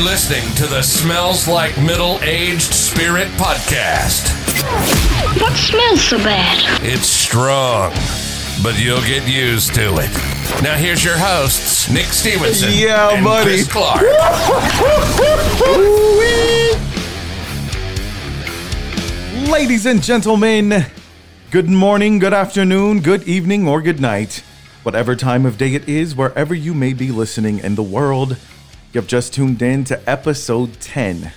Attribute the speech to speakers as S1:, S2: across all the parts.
S1: listening to the Smells Like Middle Aged Spirit podcast.
S2: What smells so bad?
S1: It's strong, but you'll get used to it. Now, here's your hosts, Nick Stevenson.
S3: Yeah,
S1: and
S3: buddy.
S1: Chris Clark.
S3: Ladies and gentlemen, good morning, good afternoon, good evening, or good night. Whatever time of day it is, wherever you may be listening in the world, you've just tuned in to episode 10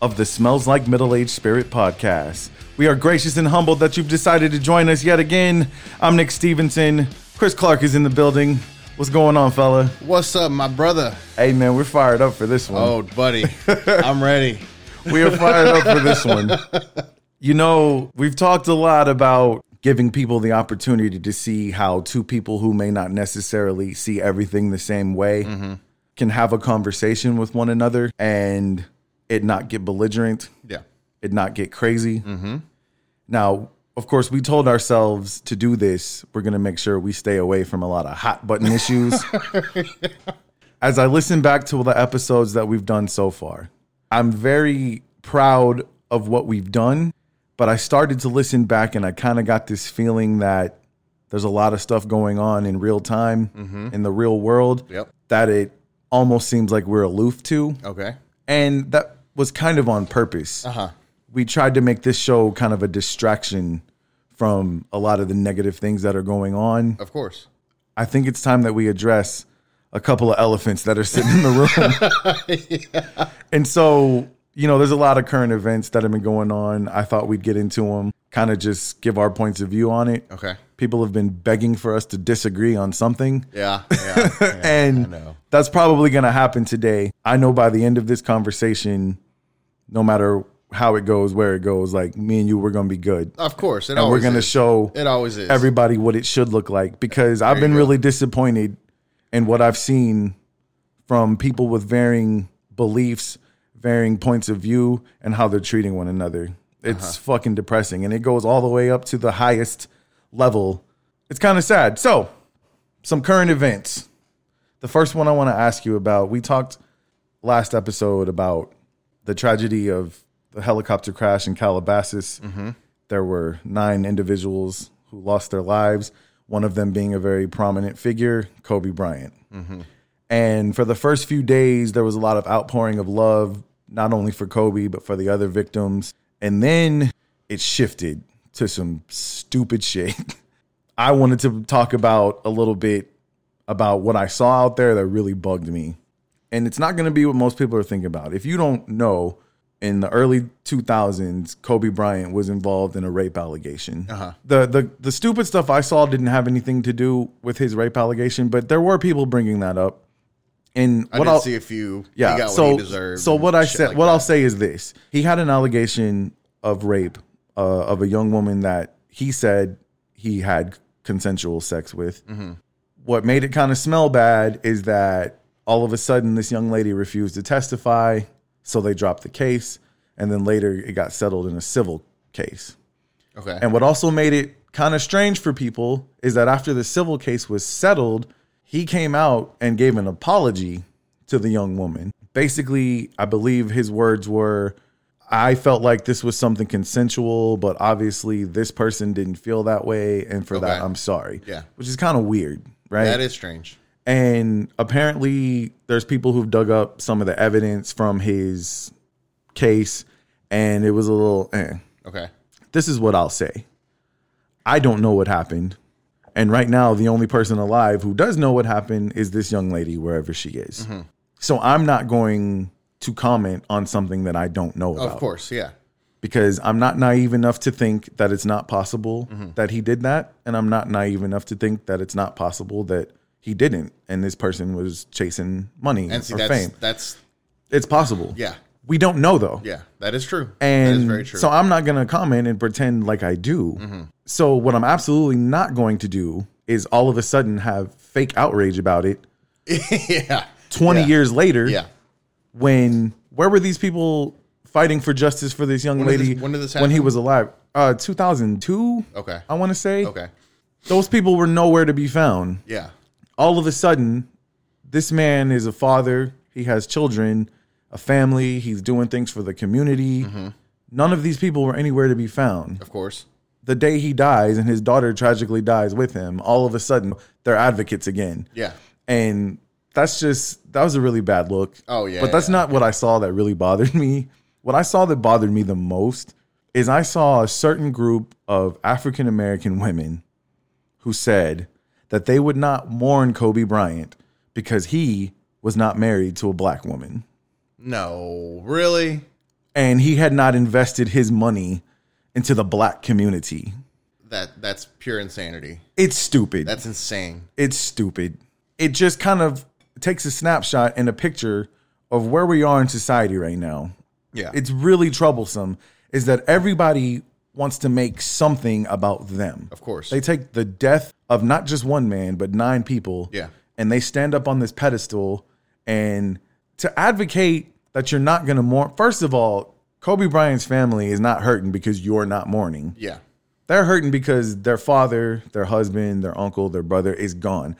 S3: of the Smells Like Middle Aged Spirit podcast. We are gracious and humbled that you've decided to join us yet again. I'm Nick Stevenson. Chris Clark is in the building. What's going on, fella?
S4: What's up, my brother?
S3: Hey, man, we're fired up for this one.
S4: Oh, buddy, I'm ready.
S3: we are fired up for this one. You know, we've talked a lot about giving people the opportunity to see how two people who may not necessarily see everything the same way can have a conversation with one another and it not get belligerent,
S4: Yeah.
S3: it not get crazy. Now, of course, we told ourselves to do this. We're going to make sure we stay away from a lot of hot button issues. As I listen back to the episodes that we've done so far, I'm very proud of what we've done, but I started to listen back and I kind of got this feeling that there's a lot of stuff going on in real time in the real world
S4: Yep.
S3: that it almost seems like we're aloof to
S4: Okay.
S3: and that was kind of on purpose.
S4: Uh huh.
S3: We tried to make this show kind of a distraction from a lot of the negative things that are going on.
S4: Of course.
S3: I think it's time that we address a couple of elephants that are sitting in the room. And so, you know, there's a lot of current events that have been going on. I thought we'd get into them, kind of just give our points of view on it.
S4: Okay.
S3: People have been begging for us to disagree on something.
S4: Yeah. Yeah. yeah.
S3: and
S4: know.
S3: that's probably going to happen today. I know by the end of this conversation, no matter how it goes, where it goes, like me and you, we're going to be good.
S4: of course. It
S3: and we're
S4: always
S3: going to
S4: is.
S3: show
S4: It always is.
S3: everybody what it should look like because I've been really disappointed in what I've seen from people with varying beliefs, varying points of view, and how they're treating one another. It's fucking depressing. And it goes all the way up to the highest level. It's kind of sad. So, some current events. The first one I want to ask you about we talked last episode about the tragedy of the helicopter crash in Calabasas. There were nine individuals who lost their lives, one of them being a very prominent figure, Kobe Bryant. And for the first few days, there was a lot of outpouring of love, not only for Kobe, but for the other victims. And then it shifted to some stupid shit. I wanted to talk about a little bit about what I saw out there that really bugged me. And it's not going to be what most people are thinking about. If you don't know, in the early 2000s, Kobe Bryant was involved in a rape allegation.
S4: Uh-huh.
S3: The, the the stupid stuff I saw didn't have anything to do with his rape allegation, but there were people bringing that up. And
S4: I
S3: what
S4: did
S3: I'll
S4: see a few. he
S3: yeah,
S4: got what
S3: so
S4: he deserved
S3: so
S4: and
S3: what I
S4: shit
S3: said,
S4: like
S3: what
S4: that.
S3: I'll say is this: he had an allegation of rape uh, of a young woman that he said he had consensual sex with.
S4: Mm-hmm.
S3: What made it kind of smell bad is that all of a sudden this young lady refused to testify, so they dropped the case, and then later it got settled in a civil case.
S4: Okay.
S3: And what also made it kind of strange for people is that after the civil case was settled, he came out and gave an apology to the young woman. Basically, I believe his words were I felt like this was something consensual, but obviously this person didn't feel that way. And for that,
S4: Okay.
S3: I'm sorry.
S4: Yeah.
S3: Which is kind of weird, right?
S4: that is strange.
S3: and apparently there's people who've dug up some of the evidence from his case, and it was a little. Eh
S4: Okay.
S3: this is what I'll say. I don't know what happened. And right now, the only person alive who does know what happened is this young lady, wherever she is.
S4: Mm-hmm.
S3: So I'm not going to comment on something that I don't know
S4: Of
S3: about
S4: course. Yeah.
S3: because I'm not naive enough to think that it's not possible
S4: Mm-hmm.
S3: that he did that. And I'm not naive enough to think that it's not possible that he didn't. And this person was chasing money
S4: And see,
S3: or
S4: that's
S3: fame.
S4: that's
S3: It's possible.
S4: yeah,
S3: We don't know though.
S4: yeah. That is true. that
S3: And
S4: is very true. Mm-hmm.
S3: so I'm not going to comment and pretend like I do. So what I'm absolutely not going to do is all of a sudden have fake outrage about it
S4: yeah.
S3: 20
S4: Yeah.
S3: years later
S4: Yeah.
S3: when where were these people fighting for justice for this young
S4: did
S3: lady
S4: this- when did this
S3: when he
S4: happen?
S3: was alive? Uh 2002?
S4: Okay.
S3: I want to say.
S4: Okay.
S3: Those people were nowhere to be found.
S4: Yeah.
S3: All of a sudden this man is a father, he has children, a family. He's doing things for the community.
S4: Mm-hmm.
S3: None of these people were anywhere to be found.
S4: Of course.
S3: The day he dies and his daughter tragically dies with him, all of a sudden they're advocates again.
S4: Yeah.
S3: And that's just that was a really bad look.
S4: Oh, yeah,
S3: But that's
S4: yeah,
S3: not what I saw that really bothered me. What I saw that bothered me the most is I saw a certain group of African American women who said that they would not mourn Kobe Bryant because he was not married to a black woman
S4: No, really?
S3: and he had not invested his money into the black community.
S4: That that's pure insanity.
S3: It's stupid.
S4: That's insane.
S3: it's stupid. It just kind of takes a snapshot and a picture of where we are in society right now.
S4: Yeah.
S3: It's really troublesome is that everybody wants to make something about them.
S4: of course.
S3: They take the death of not just one man, but nine people.
S4: Yeah.
S3: And they stand up on this pedestal and to advocate that you're not going to mourn. First of all, Kobe Bryant's family is not hurting because you're not mourning.
S4: yeah.
S3: They're hurting because their father, their husband, their uncle, their brother is gone.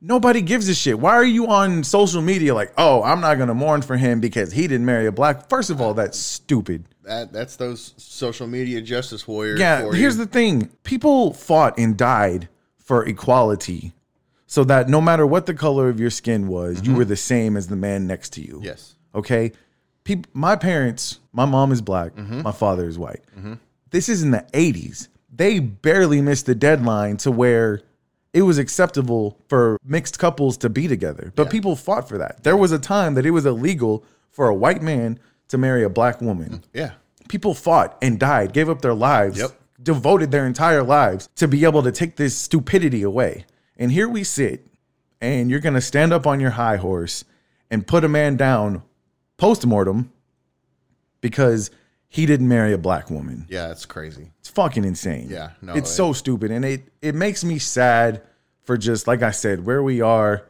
S3: Nobody gives a shit. Why are you on social media like, oh, I'm not going to mourn for him because he didn't marry a black? First of all, that's stupid.
S4: That that's those social media justice warriors.
S3: Yeah,
S4: for
S3: here's
S4: you.
S3: the thing. People fought and died for equality so that no matter what the color of your skin was, you were the same as the man next to you.
S4: Mm-hmm. Yes.
S3: Okay? Peop my parents, my mom is black, my father is white. This is in the 80s. They barely missed the deadline to where it was acceptable for mixed couples to be together. But people fought for that. There was a time that it was illegal for a white man to marry a black woman
S4: Yeah.
S3: people fought and died, gave up their lives,
S4: Yep.
S3: devoted their entire lives to be able to take this stupidity away. And here we sit, and you're going to stand up on your high horse and put a man down post mortem because he didn't marry a black woman.
S4: Yeah, it's crazy.
S3: It's fucking insane.
S4: Yeah, no,
S3: it's
S4: it-
S3: so stupid, and it it makes me sad for just like I said, where we are.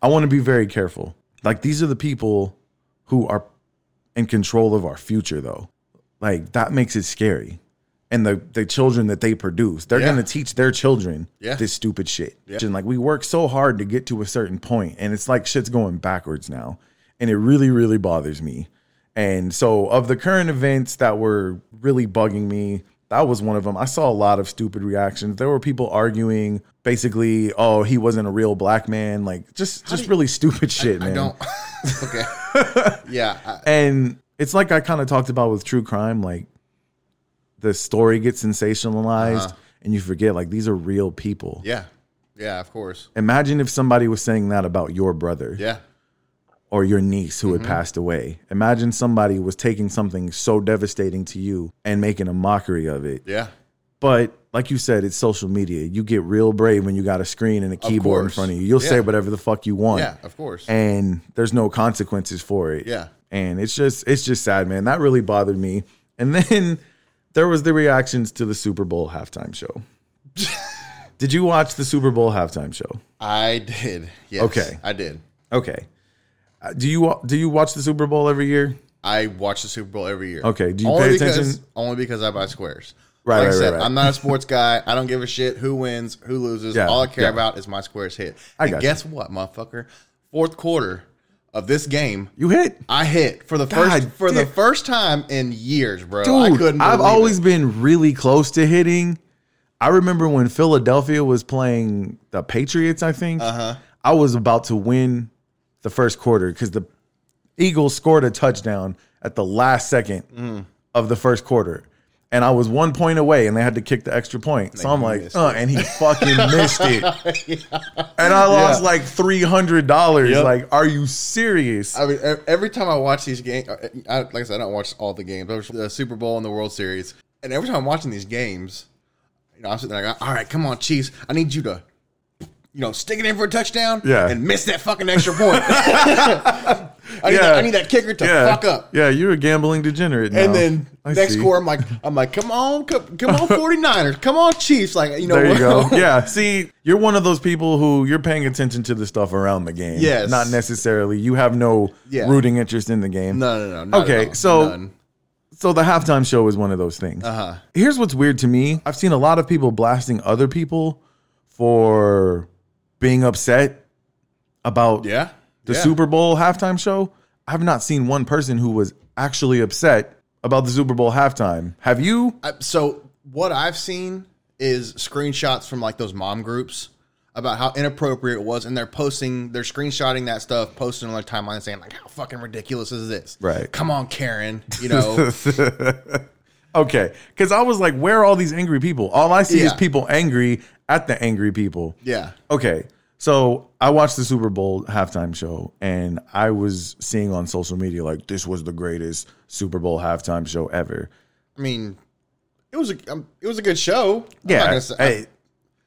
S3: I want to be very careful. Like these are the people who are in control of our future, though. Like that makes it scary, and the the children that they produce, they're
S4: Yeah.
S3: gonna teach their children
S4: Yeah.
S3: this stupid shit.
S4: Yeah.
S3: And like we work so hard to get to a certain point, and it's like shit's going backwards now, and it really really bothers me. And so, of the current events that were really bugging me, that was one of them. I saw a lot of stupid reactions. There were people arguing, basically, "Oh, he wasn't a real black man," like just just really stupid shit, man.
S4: I don't. okay. yeah. I,
S3: And it's like I kind of talked about with true crime, like the story gets sensationalized, and you forget like these are real people.
S4: Uh-huh. yeah. Yeah. Of course.
S3: Imagine if somebody was saying that about your brother
S4: Yeah. Mm-hmm.
S3: or your niece who had passed away. Imagine somebody was taking something so devastating to you and making a mockery of it.
S4: Yeah.
S3: But like you said, it's social media. You get real brave when you got a screen and a keyboard in
S4: course.
S3: front of you. You'll say
S4: Yeah.
S3: whatever the fuck you want.
S4: Yeah. Of course.
S3: And there's no consequences for it.
S4: Yeah.
S3: And it's just it's just sad, man. That really bothered me. And then there was the reactions to the Super Bowl halftime show. Did you watch the Super Bowl halftime show?
S4: I did. Yes.
S3: Okay.
S4: I did.
S3: Okay. Uh, Do you do you watch the Super Bowl every year?
S4: I watch the Super Bowl every year.
S3: Okay, do you pay
S4: Because,
S3: attention?
S4: only because I buy squares.
S3: Right,
S4: Like
S3: right,
S4: I said,
S3: right, right.
S4: I'm not a sports guy. I don't give a shit who wins, who loses.
S3: Yeah,
S4: All I care
S3: yeah.
S4: about is my squares hit.
S3: I
S4: and
S3: got you.
S4: guess what, motherfucker? Fourth quarter of this game,
S3: You hit.
S4: I hit for the
S3: God
S4: first for the
S3: damn.
S4: first time in years, bro. I
S3: Dude,
S4: couldn't.
S3: I've
S4: believe
S3: always
S4: it.
S3: been really close to hitting. I remember when Philadelphia was playing the Patriots, I think. Uh-huh. I was about to win the first quarter because the Eagles scored a touchdown at the last second
S4: Mm.
S3: of the first quarter. And I was one point away and they had to kick the extra point. So I'm like,
S4: missed
S3: uh, and he fucking missed it. And I lost
S4: Yeah.
S3: like $300.
S4: Yep.
S3: Like, are you serious?
S4: I mean, ev- every time I watch these games, I, like I said, I don't watch all the games. I watch the Super Bowl and the World Series, and every time I'm watching these games, you know, I'm sitting there like, "All right, come on, Chiefs, I need you to, you know, stick it in for a touchdown,
S3: Yeah.
S4: and miss that fucking extra point. I, need
S3: Yeah.
S4: that, I need that kicker to
S3: yeah.
S4: fuck up."
S3: Yeah, you're a gambling degenerate. now.
S4: And then
S3: I
S4: next
S3: see.
S4: score, I'm like, I'm like, come on, come, come on, 49ers, come on, Chiefs, like you know,
S3: There you go. Yeah. See, you're one of those people who you're paying attention to the stuff around the game.
S4: Yes.
S3: Not necessarily. You have no
S4: Yeah.
S3: rooting interest in the game.
S4: no, no, no, not
S3: Okay,
S4: at all.
S3: so-
S4: None.
S3: So the halftime show is one of those things. Uh-huh. Here's what's weird to me. I've seen a lot of people blasting other people for being upset about
S4: yeah,
S3: the
S4: yeah.
S3: Super Bowl halftime show. I've not seen one person who was actually upset about the Super Bowl halftime. Have you?
S4: I, so what I've seen is screenshots from like those mom groups about how inappropriate it was, and they're posting, they're screenshotting that stuff, posting on their timeline, saying like, "How fucking ridiculous is this?"
S3: Right.
S4: Come on, Karen. You know.
S3: Okay, because I was like, where are all these angry people? All I see is
S4: Yeah.
S3: people angry at the angry people.
S4: yeah.
S3: Okay, so I watched the Super Bowl halftime show, and I was seeing on social media like this was the greatest Super Bowl halftime show ever.
S4: I mean, it was a um, it was a good show. I'm not
S3: Yeah.
S4: gonna say-
S3: hey.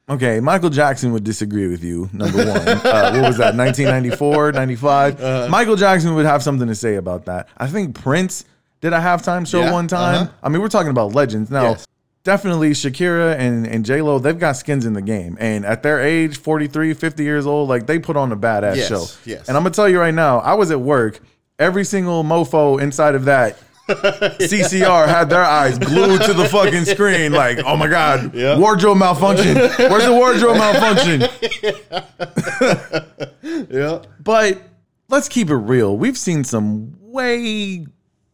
S3: Okay, Michael Jackson would disagree with you, number one. uh, what was that, 1994, 95?
S4: Uh-huh.
S3: Michael Jackson would have something to say about that. I think Prince did a halftime show
S4: Yeah,
S3: one time.
S4: uh-huh.
S3: I mean, we're talking about legends. Now,
S4: Yes.
S3: definitely Shakira and, and J-Lo, they've got skins in the game. And at their age, 43, 50 years old, like they put on a badass
S4: Yes,
S3: show.
S4: yes.
S3: And I'm going to tell you right now, I was at work. Every single mofo inside of that CCR had their eyes glued to the fucking screen, like, oh my god, wardrobe malfunction. Where's the wardrobe malfunction?
S4: yeah.
S3: But let's keep it real. We've seen some way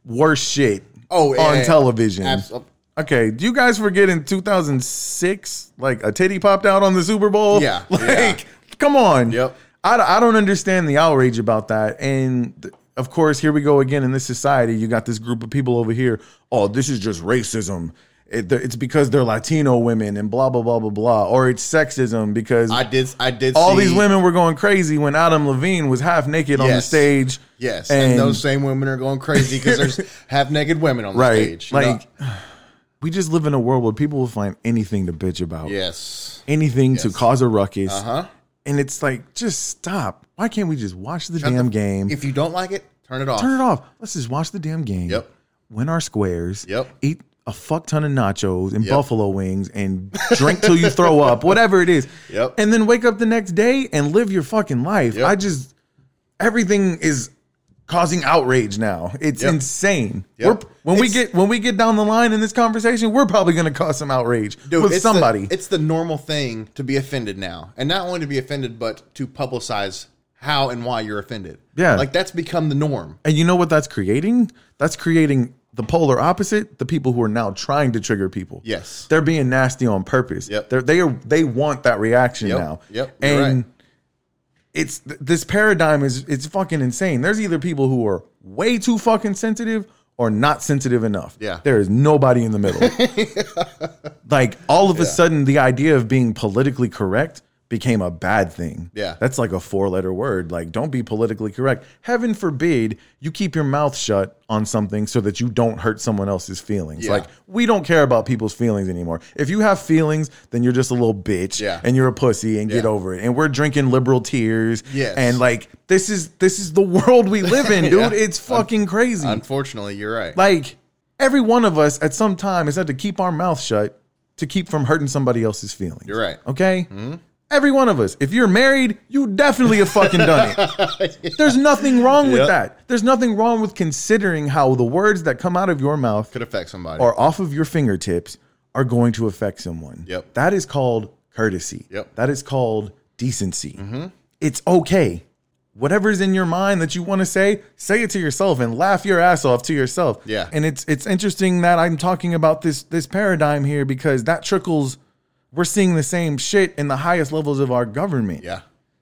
S3: worse shit
S4: Oh, yeah,
S3: on
S4: yeah.
S3: television.
S4: Abs-
S3: Okay, do you guys forget in 2006, like a titty popped out on the Super Bowl?
S4: Yeah,
S3: Like,
S4: yeah.
S3: come on.
S4: Yep.
S3: I, I don't understand the outrage about that. And th- of course, here we go again in this society. You got this group of people over here. Oh, this is just racism. It, th- it's because they're Latino women and blah, blah, blah, blah, blah. Or it's sexism because
S4: I did. I did.
S3: all
S4: see-
S3: these women were going crazy when Adam Levine was half naked on the
S4: Yes.
S3: stage.
S4: Yes, and, those same women are going crazy because there's half naked women on the
S3: right,
S4: stage. you know?
S3: like we just live in a world where people will find anything to bitch about,
S4: yes,
S3: anything to
S4: Yes. Uh-huh.
S3: cause a ruckus,
S4: huh?
S3: and it's like just stop. Why can't we just watch the damn game?
S4: If you don't like it, turn it off.
S3: Turn it off. Let's just watch the damn game.
S4: Yep.
S3: Win our squares.
S4: Yep.
S3: Eat a fuck ton of nachos and
S4: Yep.
S3: buffalo wings and drink till you throw up, whatever it is.
S4: Yep.
S3: And then wake up the next day and live your fucking life.
S4: Yep.
S3: I just everything is causing outrage now. It's
S4: Yep.
S3: insane.
S4: Yep.
S3: We're, when we
S4: It's-
S3: get when we get down the line in this conversation, we're probably gonna cause some outrage
S4: Dude,
S3: with
S4: it's the-
S3: somebody.
S4: it's the normal thing to be offended now, and not only to be offended, but to publicize how and why you're offended.
S3: Yeah.
S4: like that's become the norm.
S3: And you know what that's creating? That's creating the polar opposite, the people who are now trying to trigger people.
S4: Yes.
S3: They're being nasty on purpose.
S4: Yep.
S3: They're, they are they want that reaction
S4: Yep,
S3: now.
S4: yep, you're
S3: And
S4: right.
S3: it's th- this paradigm is it's fucking insane. There's either people who are way too fucking sensitive or not sensitive enough.
S4: Yeah.
S3: There is nobody in the middle. like all of a sudden the idea of being politically correct became a bad thing.
S4: Yeah.
S3: That's like a four letter word. Like, don't be politically correct. Heaven forbid you keep your mouth shut on something so that you don't hurt someone else's feelings.
S4: Yeah.
S3: Like, we don't care about people's feelings anymore. If you have feelings, then you're just a little bitch
S4: Yeah.
S3: and you're a pussy and get
S4: Yeah.
S3: over it. And we're drinking liberal tears.
S4: Yes.
S3: And like this is this is the world we live in, dude.
S4: Yeah.
S3: It's fucking crazy.
S4: Unfortunately, you're right.
S3: like every one of us at some time has had to keep our mouth shut to keep from hurting somebody else's feelings.
S4: You're right. Mm-hmm.
S3: Okay? Every one of us. If you're married, you definitely have fucking done it. There's nothing wrong with
S4: Yep.
S3: that. There's nothing wrong with considering how the words that come out of your mouth
S4: Could affect somebody.
S3: or off of your fingertips are going to affect someone.
S4: Yep.
S3: That is called courtesy.
S4: Yep. Mm-hmm.
S3: That is called decency. It's okay. Whatever's in your mind that you want to say, say it to yourself and laugh your ass off to yourself.
S4: Yeah.
S3: And it's it's interesting that I'm talking about this this paradigm here because that trickles we're seeing the same shit in the highest levels of our government
S4: yeah,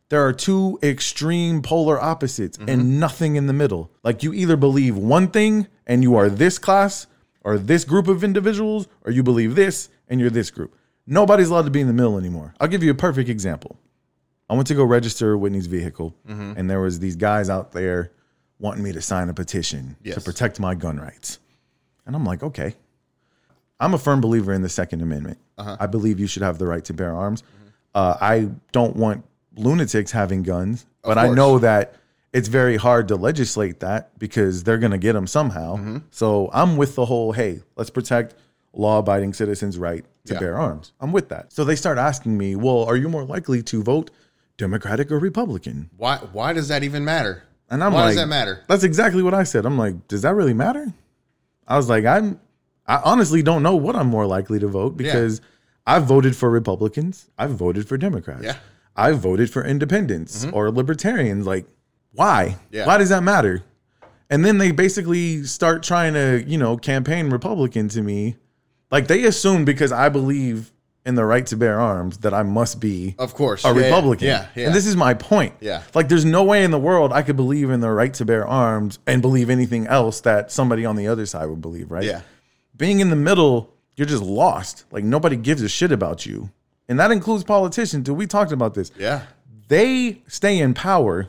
S3: there are two extreme polar opposites and nothing in the middle. Like you either believe one thing and you are this class or this group of individuals, or you believe this and you're this group. Nobody's allowed to be in the middle anymore. I'll give you a perfect example. I went to go register Whitney's vehicle, and there was these guys out there wanting me to sign a petition to
S4: Yes.
S3: protect my gun rights. And I'm like, okay. I'm a firm believer in the Second Amendment.
S4: Uh-huh.
S3: I believe you should have the right to bear arms. Uh, I don't want lunatics having guns, but I
S4: course.
S3: know that it's very hard to legislate that because they're going to get them somehow.
S4: Mm-hmm.
S3: So I'm with the whole hey, let's protect law abiding citizens' right to
S4: Yeah.
S3: bear arms. I'm with that. So they start asking me, well, are you more likely to vote Democratic or Republican?
S4: why? Why does that even matter?
S3: And I'm
S4: why
S3: like,
S4: does that matter?
S3: That's exactly what I said. I'm like, does that really matter? I was like, I'm, I honestly don't know what I'm more likely to vote because I've voted for Republicans, I've voted for Democrats,
S4: Yeah. Mm-hmm.
S3: I've voted for independents or libertarians. Like, why?
S4: Yeah.
S3: Why does that matter? And then they basically start trying to, you know, campaign Republican to me. Like they assume because I believe in the right to bear arms that I must be
S4: Of course.
S3: a
S4: Yeah, yeah,
S3: Republican.
S4: Yeah, yeah.
S3: And this is my point.
S4: Yeah.
S3: Like there's no way in the world I could believe in the right to bear arms and believe anything else that somebody on the other side would believe, right?
S4: yeah.
S3: being in the middle, you're just lost. Like nobody gives a shit about you. And that includes politicians. Dude, we talked about this.
S4: Yeah.
S3: They stay in power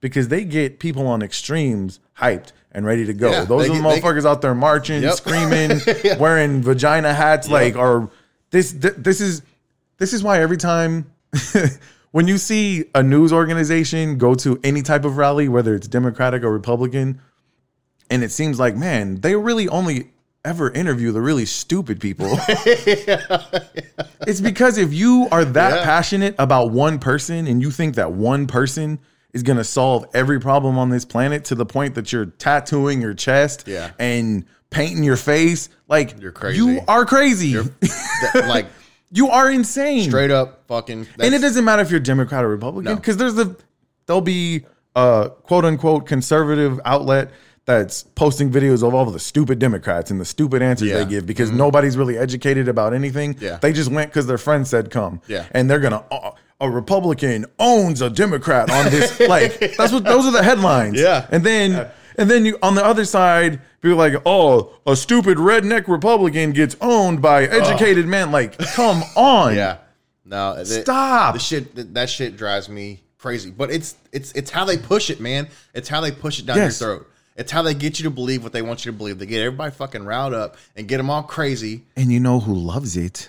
S3: because they get people on extremes hyped and ready to go.
S4: Yeah,
S3: Those
S4: they
S3: are the
S4: get- they-
S3: motherfuckers out there marching,
S4: Yep.
S3: screaming, wearing vagina hats, like or this th- this is this is why every time when you see a news organization go to any type of rally, whether it's Democratic or Republican, and it seems like man they really only ever interview the really stupid people it's because if you are that passionate about one person and you think that one person is going to solve every problem on this planet to the point that you're tattooing your chest
S4: Yeah.
S3: and painting your face like
S4: You're crazy.
S3: you are crazy
S4: That- like
S3: you are insane
S4: straight up fucking.
S3: and it
S4: that's-
S3: doesn't matter if you're Democrat or Republican because there's the there'll be a quote unquote conservative outlet that's posting videos of all the stupid Democrats and the stupid answers
S4: Yeah. Mm-hmm.
S3: they give because nobody's really educated about anything.
S4: Yeah.
S3: They just went because their friend said come.
S4: Yeah.
S3: And they're gonna uh, a Republican owns a Democrat on this like that's what those are the headlines.
S4: Yeah.
S3: And then and then you on the other side, be like, oh, a stupid redneck Republican gets owned by educated men. Like, come on.
S4: Oh. Yeah. No. it-
S3: Stop.
S4: The shit that, that shit drives me crazy. But it's it's it's how they push it, man. It's how they push it down
S3: Yes.
S4: your throat. It's how they get you to believe what they want you to believe. They get everybody fucking riled up and get them all crazy.
S3: And you know who loves it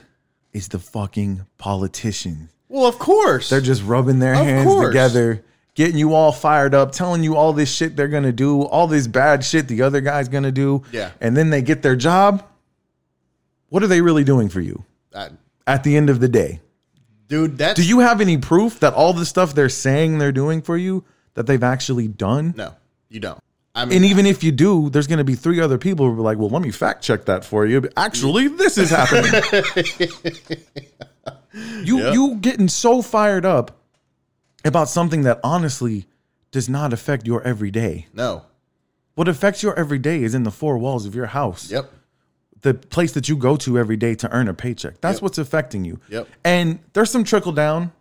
S3: is the fucking politician.
S4: Well, of course.
S3: They're just rubbing their
S4: Of
S3: hands
S4: course.
S3: together, getting you all fired up, telling you all this shit they're gonna do, all this bad shit the other guy's gonna do.
S4: Yeah.
S3: And then they get their job. What are they really doing for you
S4: I-
S3: at the end of the day?
S4: dude, that's
S3: Do you have any proof that all the stuff they're saying they're doing for you that they've actually done?
S4: no, you don't. I mean,
S3: And even if you do, there's going to be three other people who will be like, well, let me fact check that for you. But Actually, this is happening. you you getting so fired up about something that honestly does not affect your everyday.
S4: no.
S3: What affects your everyday is in the four walls of your house
S4: Yep.
S3: the place that you go to every day to earn a paycheck. That's what's affecting you.
S4: Yep.
S3: And there's some trickle down.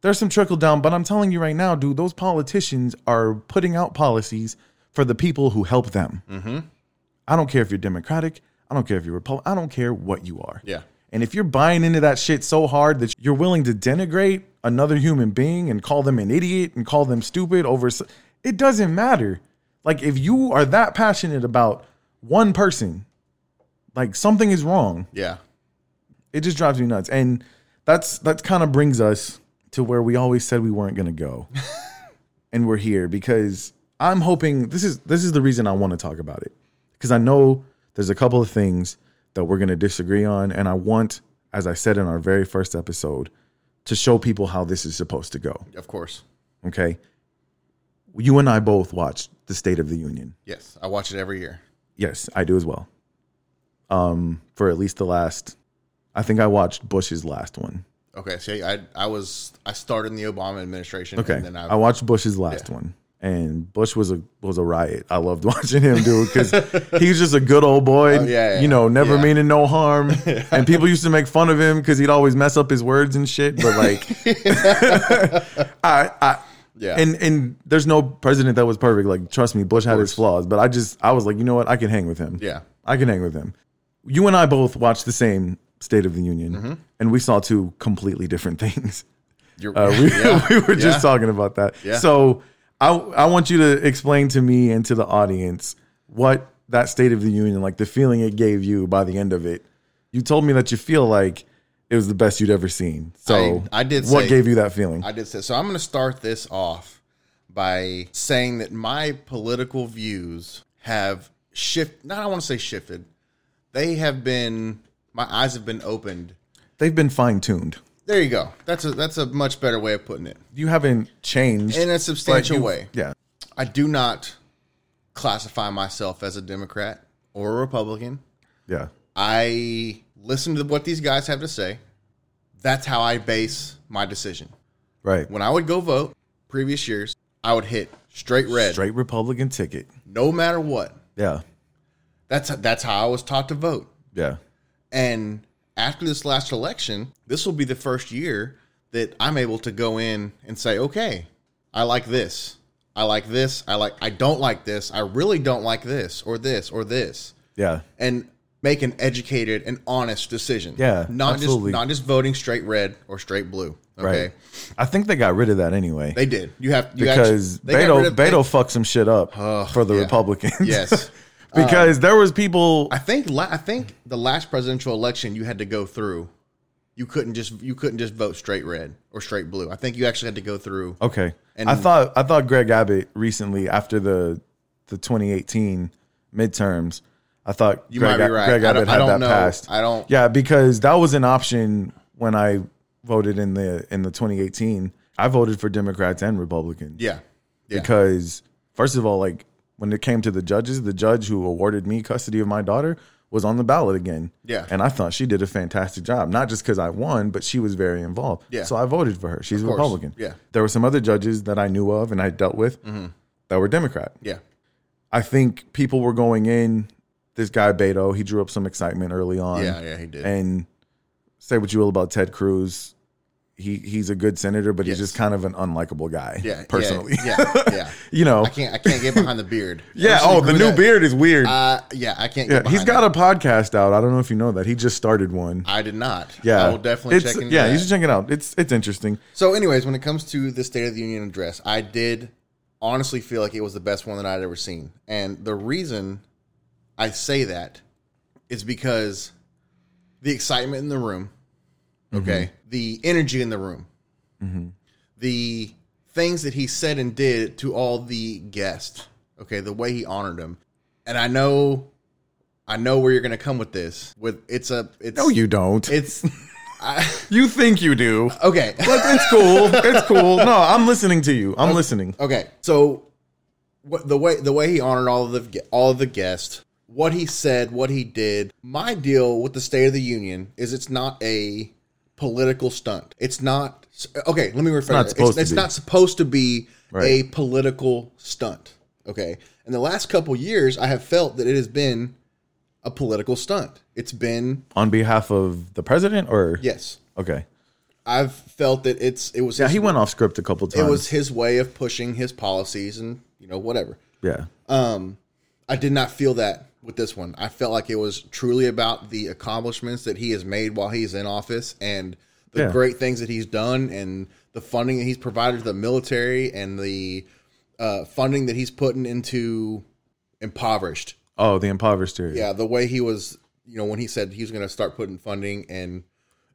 S3: There's some trickle down, but I'm telling you right now, dude, those politicians are putting out policies for the people who help them. I don't care if you're Democratic. I don't care if you're Republican. I don't care what you are.
S4: Yeah.
S3: And if you're buying into that shit so hard that you're willing to denigrate another human being and call them an idiot and call them stupid over, s- it doesn't matter. Like, if you are that passionate about one person, like something is wrong.
S4: Yeah.
S3: It just drives me nuts. And that's that kind of brings us to where we always said we weren't going to go. and we're here because I'm hoping this is this is the reason I want to talk about it. Cuz I know there's a couple of things that we're going to disagree on and I want as I said in our very first episode to show people how this is supposed to go,
S4: Of course.
S3: okay? You and I both watched The State of the Union.
S4: Yes. I watch it every year.
S3: Yes, I do as well. Um, for at least the last, I think I watched Bush's last one.
S4: Okay. See, I I was I started in the Obama administration.
S3: Okay,
S4: And then I,
S3: I watched Bush's last one, and Bush was a was a riot. I loved watching him do it because he was just a good old boy.
S4: Oh, yeah, yeah,
S3: you know, never
S4: yeah.
S3: meaning no harm. And people used to make fun of him because he'd always mess up his words and shit. But like, I, I
S4: yeah.
S3: and and there's no president that was perfect. Like, trust me, Bush had his
S4: course.
S3: flaws, but I just I was like, you know what, I can hang with him.
S4: yeah.
S3: I can hang with him. You and I both watched the same State of the Union,
S4: Mm-hmm.
S3: and we saw two completely different things.
S4: You're,
S3: Uh, we,
S4: yeah.
S3: we were just
S4: Yeah.
S3: talking about that.
S4: Yeah.
S3: So I I want you to explain to me and to the audience what that State of the Union, like the feeling it gave you by the end of it. You told me that you feel like it was the best you'd ever seen. So
S4: I- I did
S3: What
S4: say-
S3: gave you that feeling?
S4: I did say so. I'm going to start this off by saying that my political views have shift. Not I want to say shifted. They have been. My eyes have been opened.
S3: They've been fine tuned.
S4: There you go. That's a that's a much better way of putting it
S3: You haven't changed
S4: in a
S3: but
S4: substantial
S3: you-
S4: way.
S3: Yeah.
S4: I do not classify myself as a Democrat or a Republican.
S3: Yeah.
S4: I listen to what these guys have to say. That's how I base my decision.
S3: Right.
S4: When I would go vote previous years, I would hit straight red,
S3: Straight Republican ticket.
S4: no matter what.
S3: Yeah.
S4: That's that's how I was taught to vote.
S3: Yeah.
S4: And after this last election, this will be the first year that I'm able to go in and say, okay, I like this. I like this. I like I don't like this. I really don't like this or this or this.
S3: Yeah.
S4: And make an educated and honest decision.
S3: Yeah,
S4: Not
S3: absolutely.
S4: just not just voting straight red or straight blue. Okay.
S3: Right. I think they got rid of that anyway.
S4: They did. You have you
S3: because
S4: actually- they got
S3: Beto
S4: rid of-
S3: Beto fucked some shit up for the
S4: yeah.
S3: Republicans.
S4: they- yes. Um,
S3: because there was people
S4: I think la- I think the last presidential election you had to go through. You couldn't just you couldn't just vote straight red or straight blue. I think you actually had to go through.
S3: Okay.
S4: And-
S3: I thought I thought Greg Abbott recently after the the 2018 midterms. I thought
S4: You
S3: Greg,
S4: might be
S3: A-
S4: right.
S3: Greg
S4: I don't-
S3: Abbott
S4: I
S3: had
S4: don't
S3: that
S4: know.
S3: passed.
S4: I don't-
S3: Yeah, because that was an option when I voted in the in the 2018. I voted for Democrats and Republicans
S4: Yeah. Yeah.
S3: because first of all, like when it came to the judges, the judge who awarded me custody of my daughter was on the ballot again.
S4: Yeah.
S3: and I thought she did a fantastic job, not just because I won, but she was very involved.
S4: Yeah.
S3: so I voted for her. She's a
S4: course.
S3: Republican.
S4: Yeah. Mm-hmm.
S3: there were some other judges that I knew of and I dealt with that were Democrat.
S4: yeah.
S3: I think people were going in. This guy Beto, he drew up some excitement early on.
S4: Yeah, yeah, he did.
S3: And say what you will about Ted Cruz, he he's a good senator, but he's
S4: Yes.
S3: just kind of an unlikable guy.
S4: Yeah. yeah,
S3: personally,
S4: Yeah. Yeah.
S3: you know,
S4: I can't I can't get behind the beard.
S3: yeah.
S4: Ever since
S3: Oh,
S4: he
S3: the new
S4: grew that-
S3: beard is weird.
S4: Uh yeah, I can't
S3: yeah,
S4: get
S3: he's
S4: behind
S3: got
S4: that.
S3: a podcast out. I don't know if you know that. He just started one.
S4: I did not.
S3: Yeah,
S4: I will definitely
S3: it's,
S4: check into
S3: Yeah,
S4: that.
S3: you should check it out. It's it's interesting.
S4: So, anyways, when it comes to the State of the Union address, I did honestly feel like it was the best one that I'd ever seen. And the reason I say that is because the excitement in the room,
S3: Mm-hmm.
S4: okay, the energy in the room, the things that he said and did to all the guests, okay, the way he honored them. And I know, I know where you're going to come with this. With it's a, it's,
S3: No, you don't.
S4: it's, I,
S3: you think you do,
S4: okay.
S3: but it's cool. it's cool. No, I'm listening to you. I'm listening.
S4: Okay, so what, the way the way he honored all of the all of the guests, what he said, what he did. My deal with the State of the Union is it's not a political stunt. It's not okay. Let me rephrase.
S3: not
S4: it.
S3: supposed
S4: It's,
S3: to
S4: it's
S3: be.
S4: not supposed to be a
S3: Right.
S4: political stunt. Okay, in the last couple years, I have felt that it has been a political stunt. It's been
S3: On behalf of the president, or
S4: yes.
S3: okay.
S4: I've felt that it's it was
S3: Yeah,
S4: his,
S3: he went off script a couple times.
S4: it was his way of pushing his policies and you know whatever.
S3: yeah,
S4: Um, I did not feel that with this one. I felt like it was truly about the accomplishments that he has made while he's in office and the
S3: Yeah.
S4: great things that he's done and the funding that he's provided to the military and the uh, funding that he's putting into impoverished.
S3: oh, the impoverished area.
S4: Yeah, the way he was, you know, when he said he was going to start putting funding and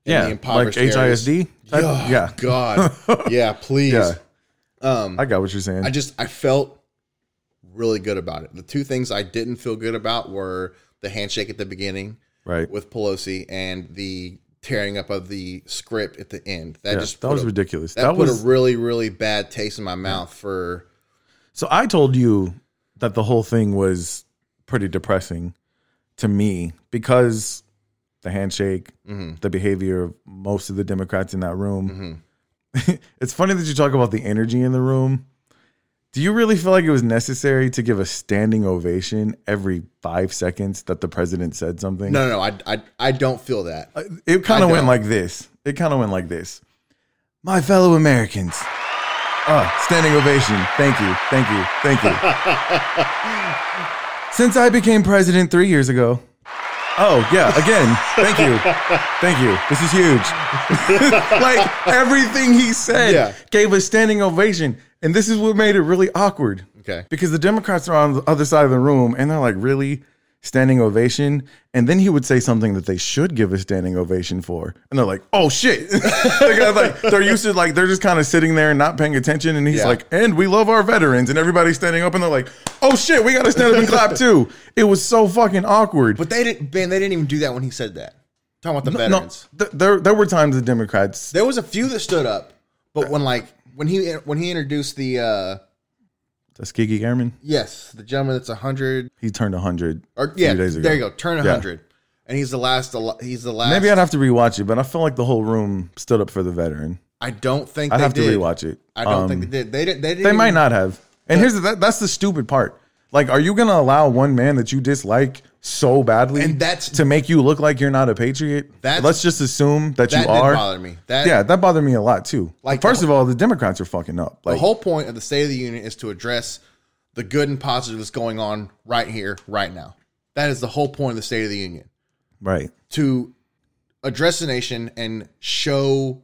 S3: yeah,
S4: the
S3: like
S4: impoverished areas.
S3: HISD. That- yeah,
S4: God, yeah, please.
S3: Yeah. I got what you're saying.
S4: I just I felt really good about it. The two things I didn't feel good about were the handshake at the beginning
S3: right.
S4: with Pelosi and the tearing up of the script at the end. That
S3: Yeah,
S4: just
S3: that
S4: put
S3: was
S4: a-
S3: ridiculous.
S4: That,
S3: That
S4: put
S3: was-
S4: a really really bad taste in my mouth for
S3: So I told you that the whole thing was pretty depressing to me because the handshake, the behavior of most of the Democrats in that room. it's funny that you talk about the energy in the room. Do you really feel like it was necessary to give a standing ovation every five seconds that the president said something?
S4: no no no I I, I don't feel that.
S3: Uh, It kind
S4: I
S3: of went
S4: don't.
S3: like this. It kind of went like this. My fellow Americans. Ah, standing ovation. Thank you. Thank you. Thank you. Since I became president three years ago. Oh, yeah. Again, thank you. Thank you. This is huge. like everything he said
S4: Yeah.
S3: gave a standing ovation. And this is what made it really awkward.
S4: Okay.
S3: Because the Democrats are on the other side of the room and they're like, really? Standing ovation. And then he would say something that they should give a standing ovation for. And they're like, oh shit. like, I'm like, they're used to like, they're just kind of sitting there and not paying attention. And he's
S4: Yeah.
S3: like, and we love our veterans. And everybody's standing up and they're like, oh shit, we got to stand up and clap too. It was so fucking awkward.
S4: But they didn't man they didn't even do that when he said that. Talking about the
S3: No,
S4: veterans.
S3: th- there, there were times the Democrats.
S4: There was a few that stood up,
S3: Uh,
S4: but when like when he when he introduced the uh
S3: Tuskegee Airman,
S4: yes, the gentleman that's a 100
S3: he turned 100
S4: Or yeah,
S3: days ago.
S4: there you go. Turn
S3: Yeah.
S4: hundred, and he's the last. al- He's the last.
S3: Maybe I'd have to rewatch it, but I feel like the whole room stood up for the veteran.
S4: I don't think
S3: I'd
S4: they
S3: have
S4: did.
S3: to rewatch it.
S4: I don't
S3: Um,
S4: think they did. They did. They, didn't
S3: They might
S4: even-
S3: not have. And here's the, that, that's the stupid part. Like, are you gonna allow one man that you dislike so badly
S4: And that's-
S3: to make you look like you're not a patriot?
S4: That's-
S3: Let's just assume that,
S4: That
S3: you
S4: did
S3: are.
S4: bother me. That
S3: yeah, that bothered me a lot too.
S4: Like,
S3: Like, first
S4: the
S3: of all, the Democrats are fucking up. Like,
S4: the whole point of the State of the Union is to address the good and positive that's going on right here, right now. That is the whole point of the State of the Union
S3: right?
S4: to address the nation and show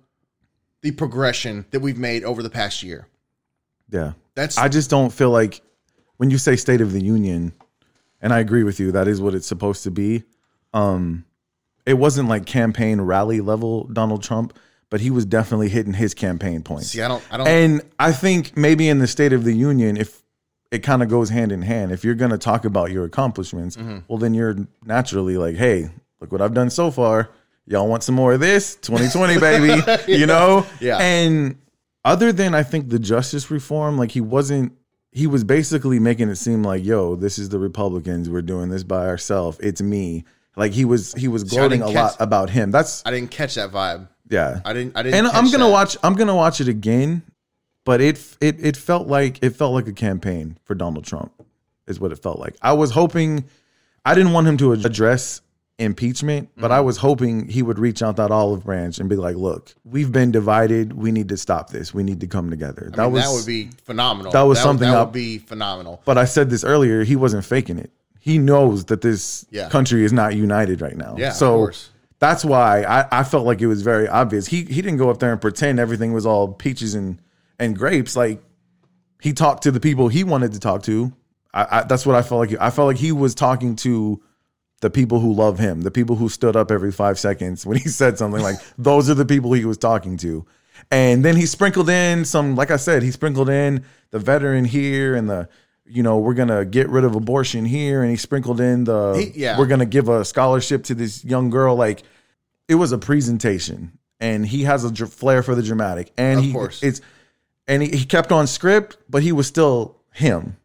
S4: the progression that we've made over the past year.
S3: Yeah,
S4: That's
S3: I just don't feel like when you say State of the Union, and I agree with you, that is what it's supposed to be. Um, it wasn't like campaign rally level Donald Trump, but he was definitely hitting his campaign points.
S4: see. I don't. I don't.
S3: And I think maybe in the State of the Union, if it kind of goes hand in hand, if you're going to talk about your accomplishments,
S4: Mm-hmm.
S3: well, then you're naturally like, hey, look what I've done so far. Y'all want some more of this? 2020, baby. You know?
S4: Yeah.
S3: And other than I think the justice reform, like he wasn't, he was basically making it seem like, yo, this is the Republicans. We're doing this by ourselves. It's me. Like he was, he was
S4: I
S3: gloating a
S4: didn't
S3: lot
S4: catch-
S3: about him. That's,
S4: I didn't catch that vibe.
S3: yeah
S4: I didn't. I didn't.
S3: and I'm
S4: catch
S3: gonna
S4: that.
S3: watch. I'm gonna watch it again, but it it it felt like it felt like a campaign for Donald Trump, is what it felt like. I was hoping, I didn't want him to ad- address impeachment, but
S4: Mm-hmm.
S3: I was hoping he would reach out that olive branch and be like, "Look, we've been divided. We need to stop this. We need to come together."
S4: I
S3: that
S4: mean,
S3: was.
S4: that would be phenomenal.
S3: that was something
S4: That
S3: I-
S4: would be phenomenal.
S3: but I said this earlier. He wasn't faking it. He knows that this
S4: Yeah.
S3: country is not united right now.
S4: Yeah, of
S3: so
S4: course.
S3: that's why I, I felt like it was very obvious. He he didn't go up there and pretend everything was all peaches and and grapes. Like he talked to the people he wanted to talk to. I, I that's what I felt like. I felt like he was talking to the people who love him, the people who stood up every five seconds when he said something. Like those are the people he was talking to. And then he sprinkled in some, like I said, he sprinkled in the veteran here and the, you know, we're gonna get rid of abortion here, and he sprinkled in the,
S4: He- yeah.
S3: we're gonna give a scholarship to this young girl. Like it was a presentation, and he has a dr- flair for the dramatic, and
S4: Of
S3: he
S4: course.
S3: it's, and he, he kept on script, but he was still him.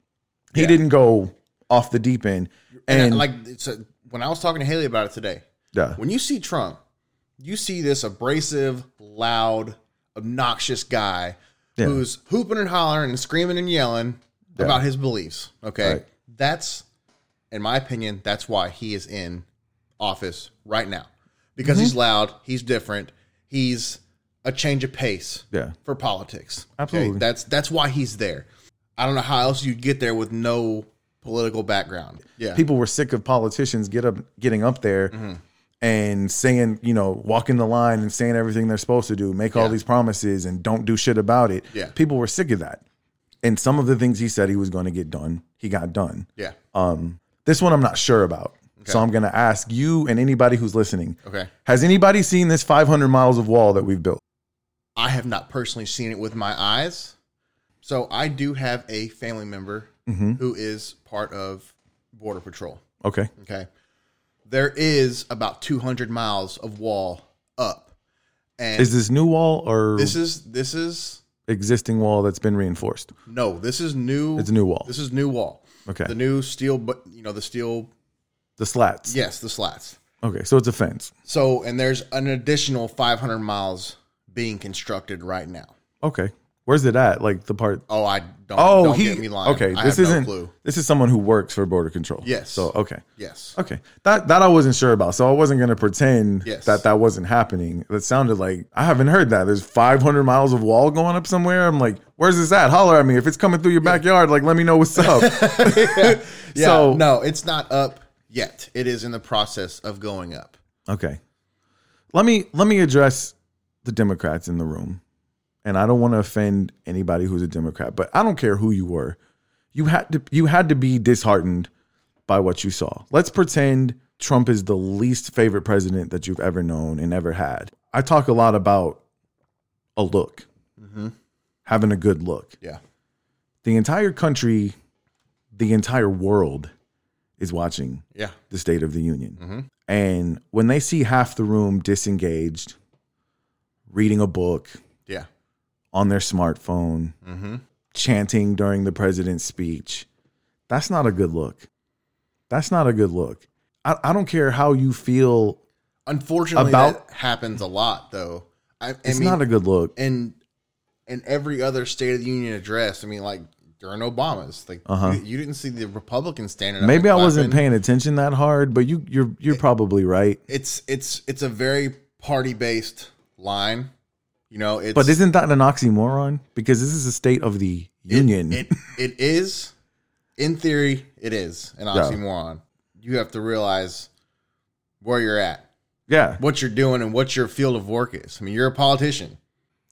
S3: He
S4: Yeah.
S3: didn't go off the deep end, and,
S4: And, uh, like so when I was talking to Haley about it today,
S3: yeah,
S4: when you see Trump, you see this abrasive, loud, obnoxious guy
S3: Yeah.
S4: who's hooping and hollering and screaming and yelling
S3: Yeah.
S4: about his beliefs. Okay.
S3: Right.
S4: That's, in my opinion, that's why he is in office right now because he's
S3: Mm-hmm.
S4: loud, he's different, he's a change of pace
S3: yeah.
S4: for politics.
S3: Absolutely.
S4: That's that's why he's there. I don't know how else you'd get there with no political background. Yeah. Mm-hmm.
S3: people were sick of politicians get up getting up there and saying, you know, walking the line and saying everything they're supposed to do, make all
S4: Yeah.
S3: these promises and don't do shit about it.
S4: Yeah.
S3: People were sick of that. And some of the things he said he was going to get done, he got done.
S4: yeah.
S3: Um, this one I'm not sure about. So
S4: Okay.
S3: I'm going to ask you and anybody who's listening.
S4: Okay.
S3: Has anybody seen this 500 miles of wall that we've built?
S4: I have not personally seen it with my eyes. So I do have a family member
S3: Mm-hmm.
S4: who is part of Border Patrol.
S3: Okay.
S4: Okay. There is about 200 miles of wall up. And
S3: Is this new wall or
S4: this is this is
S3: existing wall that's been reinforced?
S4: no, this is new.
S3: It's a new wall.
S4: This is new wall.
S3: Okay.
S4: The new steel but you know the steel
S3: The slats.
S4: yes, the slats.
S3: Okay. So it's a fence.
S4: So and there's an additional 500 miles being constructed right now.
S3: Okay. Where's it at? Like the part
S4: Oh, I don't
S3: Oh,
S4: don't
S3: he
S4: get me lying.
S3: okay.
S4: I
S3: this
S4: have
S3: isn't.
S4: no clue.
S3: This is someone who works for border control.
S4: Yes.
S3: So okay,
S4: Yes.
S3: okay. That that I wasn't sure about. So I wasn't gonna pretend
S4: Yes.
S3: that that wasn't happening. That sounded like I haven't heard that. There's 500 miles of wall going up somewhere. I'm like, where's this at? Holler at me if it's coming through your backyard. Like, let me know what's up.
S4: Yeah,
S3: So-
S4: no, it's not up yet. It is in the process of going up.
S3: okay. Let me let me address the Democrats in the room, and I don't want to offend anybody who's a Democrat, but I don't care who you were. You had to you had to be disheartened by what you saw. Let's pretend Trump is the least favorite president that you've ever known and ever had. I talk a lot about a look, having a good look.
S4: Yeah.
S3: The entire country, the entire world is watching
S4: Yeah.
S3: the State of the Union.
S4: Mm-hmm.
S3: And when they see half the room disengaged, reading a book
S4: Yeah.
S3: on their smartphone,
S4: Mm-hmm.
S3: chanting during the president's speech, that's not a good look. That's not a good look. I, I don't care how you feel
S4: Unfortunately,
S3: About-
S4: that happens a lot though. I, I
S3: It's
S4: mean,
S3: not a good look.
S4: and and every other State of the Union address. I mean, like during Obama's, like you, you didn't see the Republicans standing. up
S3: Uh-huh. Maybe I
S4: and
S3: wasn't
S4: clapping.
S3: paying attention that hard, but you you're you're probably right.
S4: It's it's it's a very party based line. You know, it's
S3: But isn't that an oxymoron? Because this is a state of the union.
S4: It it is, in theory, it is an oxymoron. You have to realize where you're at,
S3: yeah.
S4: what you're doing, and what your field of work is. I mean, you're a politician.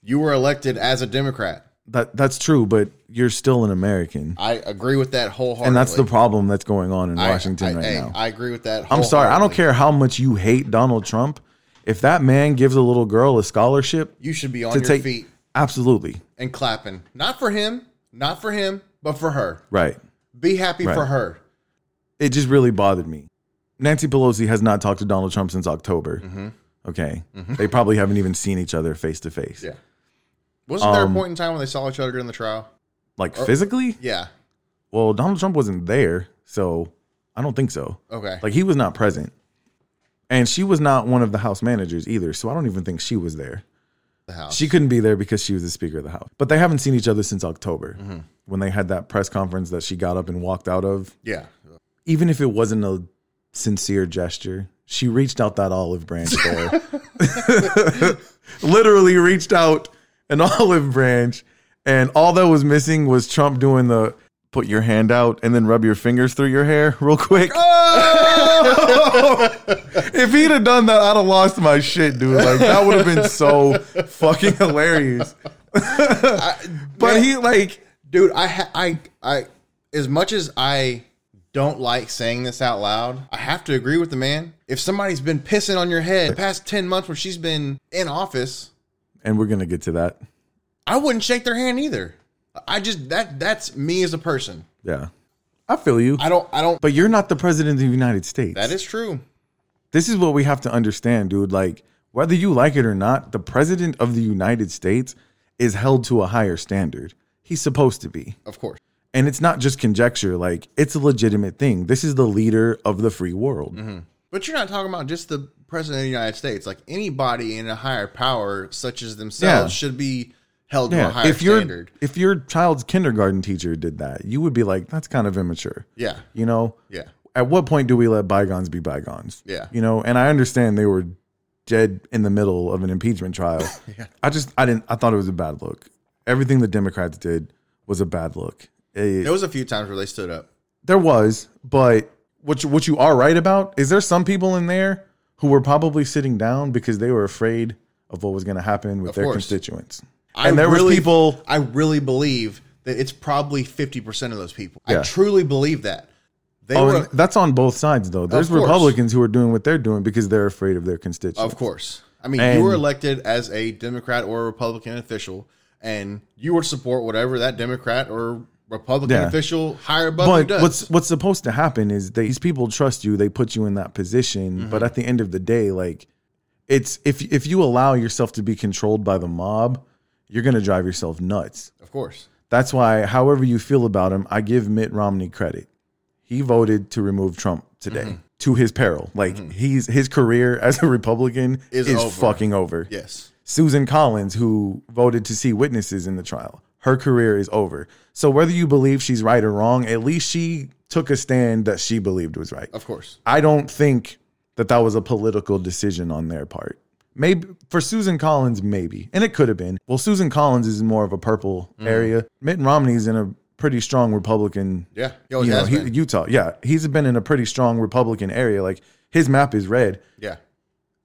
S4: You were elected as a Democrat.
S3: That that's true, but you're still an American.
S4: I agree with that wholeheartedly.
S3: And that's the problem that's going on in
S4: I-
S3: Washington
S4: I,
S3: right
S4: hey,
S3: now.
S4: I agree with that.
S3: I'm sorry, I don't
S4: wholeheartedly.
S3: care how much you hate Donald Trump. If that man gives a little girl a scholarship
S4: You should be on
S3: to
S4: your
S3: take
S4: feet
S3: Absolutely.
S4: and clapping. Not for him, not for him, but for her.
S3: Right.
S4: Be happy
S3: Right.
S4: for her.
S3: It just really bothered me. Nancy Pelosi has not talked to Donald Trump since October.
S4: Mm-hmm.
S3: Okay. They probably haven't even seen each other face to face.
S4: Yeah. Wasn't there a
S3: Um,
S4: point in time when they saw each other during the trial?
S3: Like physically?
S4: Yeah.
S3: Well, Donald Trump wasn't there, so I don't think so.
S4: Okay.
S3: Like he was not present. And she was not one of the house managers either, so I don't even think she was there.
S4: the house.
S3: She couldn't be there because she was the Speaker of the House. But they haven't seen each other since October when they had that press conference that she got up and walked out of.
S4: yeah.
S3: Even if it wasn't a sincere gesture, she reached out that olive branch there. Literally reached out an olive branch. And all that was missing was Trump doing the put your hand out and then rub your fingers through your hair real quick. if he'd have done that, I'd have lost my shit, dude. Like that would have been so fucking hilarious. but he like
S4: Dude, I ha- I I as much as I don't like saying this out loud, I have to agree with the man. If somebody's been pissing on your head the past 10 months when she's been in office,
S3: and we're gonna get to that.
S4: I wouldn't shake their hand either. I just that that's me as a person.
S3: Yeah. I feel you.
S4: I don't I don't
S3: but you're not the president of the United States.
S4: that is true.
S3: this is what we have to understand, dude. Like, whether you like it or not, the president of the United States is held to a higher standard. He's supposed to be.
S4: Of course.
S3: And it's not just conjecture, like, it's a legitimate thing. This is the leader of the free world.
S4: Mm-hmm. But you're not talking about just the president of the United States. Like anybody in a higher power, such as themselves,
S3: Yeah.
S4: should be held to a
S3: Yeah.
S4: higher
S3: If your
S4: standard.
S3: if your child's kindergarten teacher did that, you would be like, that's kind of immature.
S4: Yeah,
S3: You know?
S4: yeah,
S3: At what point do we let bygones be bygones?
S4: Yeah.
S3: You know, and I understand they were dead in the middle of an impeachment trial. I just I didn't I thought it was a bad look. Everything the Democrats did was a bad look. It-
S4: there was a few times where they stood up.
S3: there was, but what you, what you are right about is there some people in there who were probably sitting down because they were afraid of what was going to happen with
S4: Of
S3: their
S4: course.
S3: constituents.
S4: I
S3: and there were
S4: really-
S3: people
S4: I really believe that it's probably fifty percent of those people.
S3: Yeah.
S4: I truly believe that they
S3: Oh,
S4: were,
S3: and that's on both sides though. There's
S4: course.
S3: Republicans who are doing what they're doing because they're afraid of their constituents.
S4: of course. I mean,
S3: And-
S4: you were elected as a Democrat or a Republican official, and you would support whatever that Democrat or Republican
S3: Yeah.
S4: official higher above you
S3: but
S4: does.
S3: what's what's supposed to happen is that these people trust you they put you in that position but at the end of the day like it's if if you allow yourself to be controlled by the mob you're going to drive yourself nuts
S4: of course,
S3: that's why however you feel about him i give mitt romney credit he voted to remove trump today to his peril like he's his career as a republican is,
S4: Is over.
S3: fucking over
S4: yes,
S3: Susan Collins, who voted to see witnesses in the trial. Her career is over. So whether you believe she's right or wrong, at least she took a stand that she believed was right.
S4: of course.
S3: I don't think that that was a political decision on their part. Maybe for Susan Collins, maybe, and it could have been. Well, Susan Collins is more of a purple
S4: Mm-hmm.
S3: area. Mitt Romney's in a pretty strong Republican
S4: Yeah, Oh, He always
S3: you know,
S4: has
S3: he,
S4: been.
S3: Utah. Yeah, he's been in a pretty strong Republican area. Like his map is red
S4: yeah.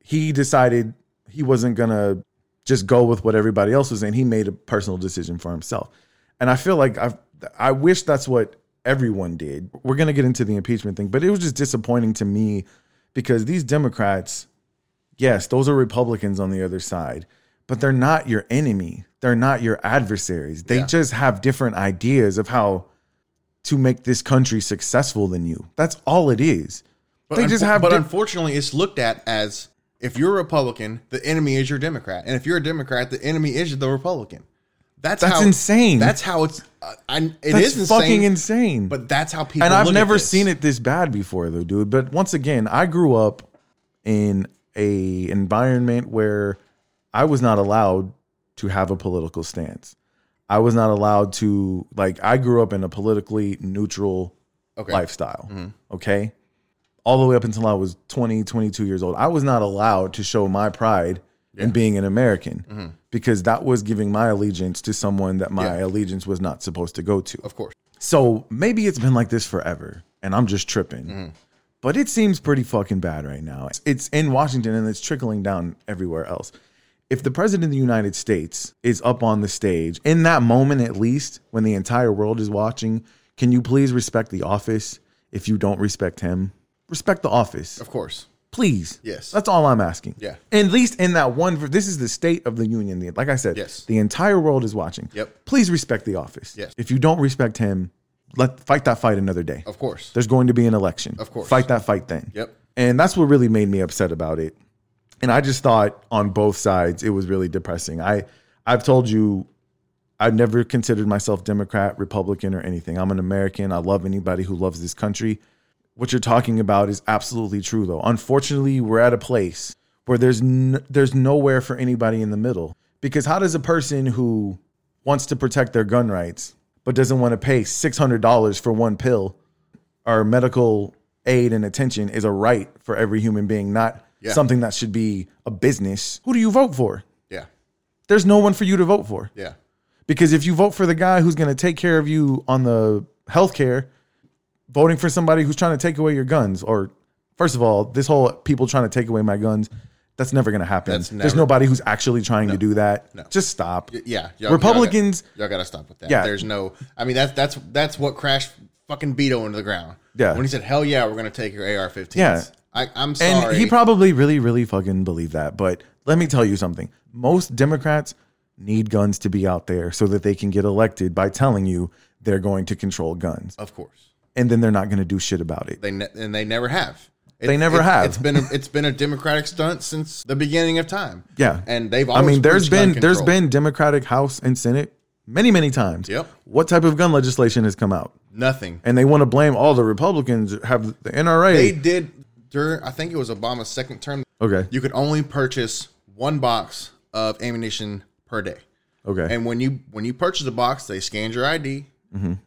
S3: he decided he wasn't gonna just go with what everybody else was saying. He made a personal decision for himself, and I feel like I I wish that's what everyone did. We're gonna get into the impeachment thing, but it was just disappointing to me because these Democrats, yes, those are Republicans on the other side, but they're not your enemy. They're not your adversaries. They just have different ideas of how to make this country successful than you. That's all it is. they just
S4: Unfo-
S3: have
S4: But
S3: di-
S4: unfortunately, it's looked at as if you're a Republican, the enemy is your Democrat, and if you're a Democrat, the enemy is the Republican. That's
S3: That's
S4: how,
S3: insane.
S4: That's how it's. Uh, I, it
S3: That's
S4: is insane,
S3: fucking insane.
S4: But that's how people.
S3: and I've
S4: look at
S3: never
S4: this.
S3: seen it this bad before, though, dude. But once again, I grew up in a environment where I was not allowed to have a political stance. I was not allowed to like I grew up in a politically neutral
S4: Okay. Mm-hmm.
S3: lifestyle. Okay? All the way up until I was 20, 22 years old. I was not allowed to show my pride in being an American because that was giving my allegiance to someone that my
S4: Mm-hmm. Yeah.
S3: allegiance was not supposed to go to.
S4: Of course.
S3: So maybe it's been like this forever and I'm just tripping. But it seems pretty fucking bad right now. It's, it's in Washington and it's trickling down everywhere else. If the president of the United States is up on the stage, in that moment at least, when the entire world is watching, can you please respect the office if you don't respect him? Respect the office.
S4: Of course.
S3: Please.
S4: Yes.
S3: That's all I'm asking.
S4: Yeah.
S3: At least in that one, this is the state of the union. The- Like I said,
S4: Yes.
S3: the entire world is watching.
S4: Yep.
S3: Please respect the office.
S4: Yes.
S3: If you don't respect him, let fight that fight another day.
S4: Of course.
S3: There's going to be an election.
S4: Of course.
S3: Fight that fight then.
S4: Yep.
S3: And that's what really made me upset about it. And I just thought on both sides it was really depressing. I I've told you I've never considered myself Democrat, Republican, or anything. I'm an American. I love anybody who loves this country. What you're talking about is absolutely true, though. Unfortunately, we're at a place where there's n- there's nowhere for anybody in the middle. Because how does a person who wants to protect their gun rights but doesn't want to pay six hundred dollars for one pill or medical aid and attention is a right for every human being, not
S4: Yeah.
S3: something that should be a business? Who do you vote for?
S4: Yeah.
S3: There's no one for you to vote for.
S4: Yeah.
S3: Because if you vote for the guy who's going to take care of you on the healthcare, voting for somebody who's trying to take away your guns, or first of all, this whole people trying to take away my guns, that's never going to happen.
S4: That's
S3: There's
S4: never-
S3: nobody who's actually trying to do that. Just stop.
S4: Yeah,
S3: Republicans-
S4: Y'all, got, to stop with that.
S3: Yeah.
S4: there's no. I mean, that's that's that's what crashed fucking Beto into the ground.
S3: Yeah.
S4: when he said, "Hell yeah, we're gonna take your AR-15s."
S3: Yeah.
S4: I, I'm
S3: and
S4: sorry.
S3: he probably really, really fucking believed that. But let me tell you something most Democrats need guns to be out there so that they can get elected by telling you they're going to control guns.
S4: of course,
S3: And then they're not going to do shit about it.
S4: they ne- and they never have. It-
S3: They never
S4: it-
S3: have.
S4: It's been a, it's been a democratic stunt since the beginning of time.
S3: Yeah.
S4: and they've.
S3: I
S4: Always
S3: mean, there's
S4: preached gun
S3: been there's
S4: control.
S3: been Democratic House and Senate many many times.
S4: Yep.
S3: What type of gun legislation has come out?
S4: nothing.
S3: And they want to blame all the Republicans have the NRA.
S4: They did during. I think it was Obama's second term.
S3: okay.
S4: You could only purchase one box of ammunition per day.
S3: okay. Mm-hmm.
S4: And when you when you purchased a box, they scanned your ID,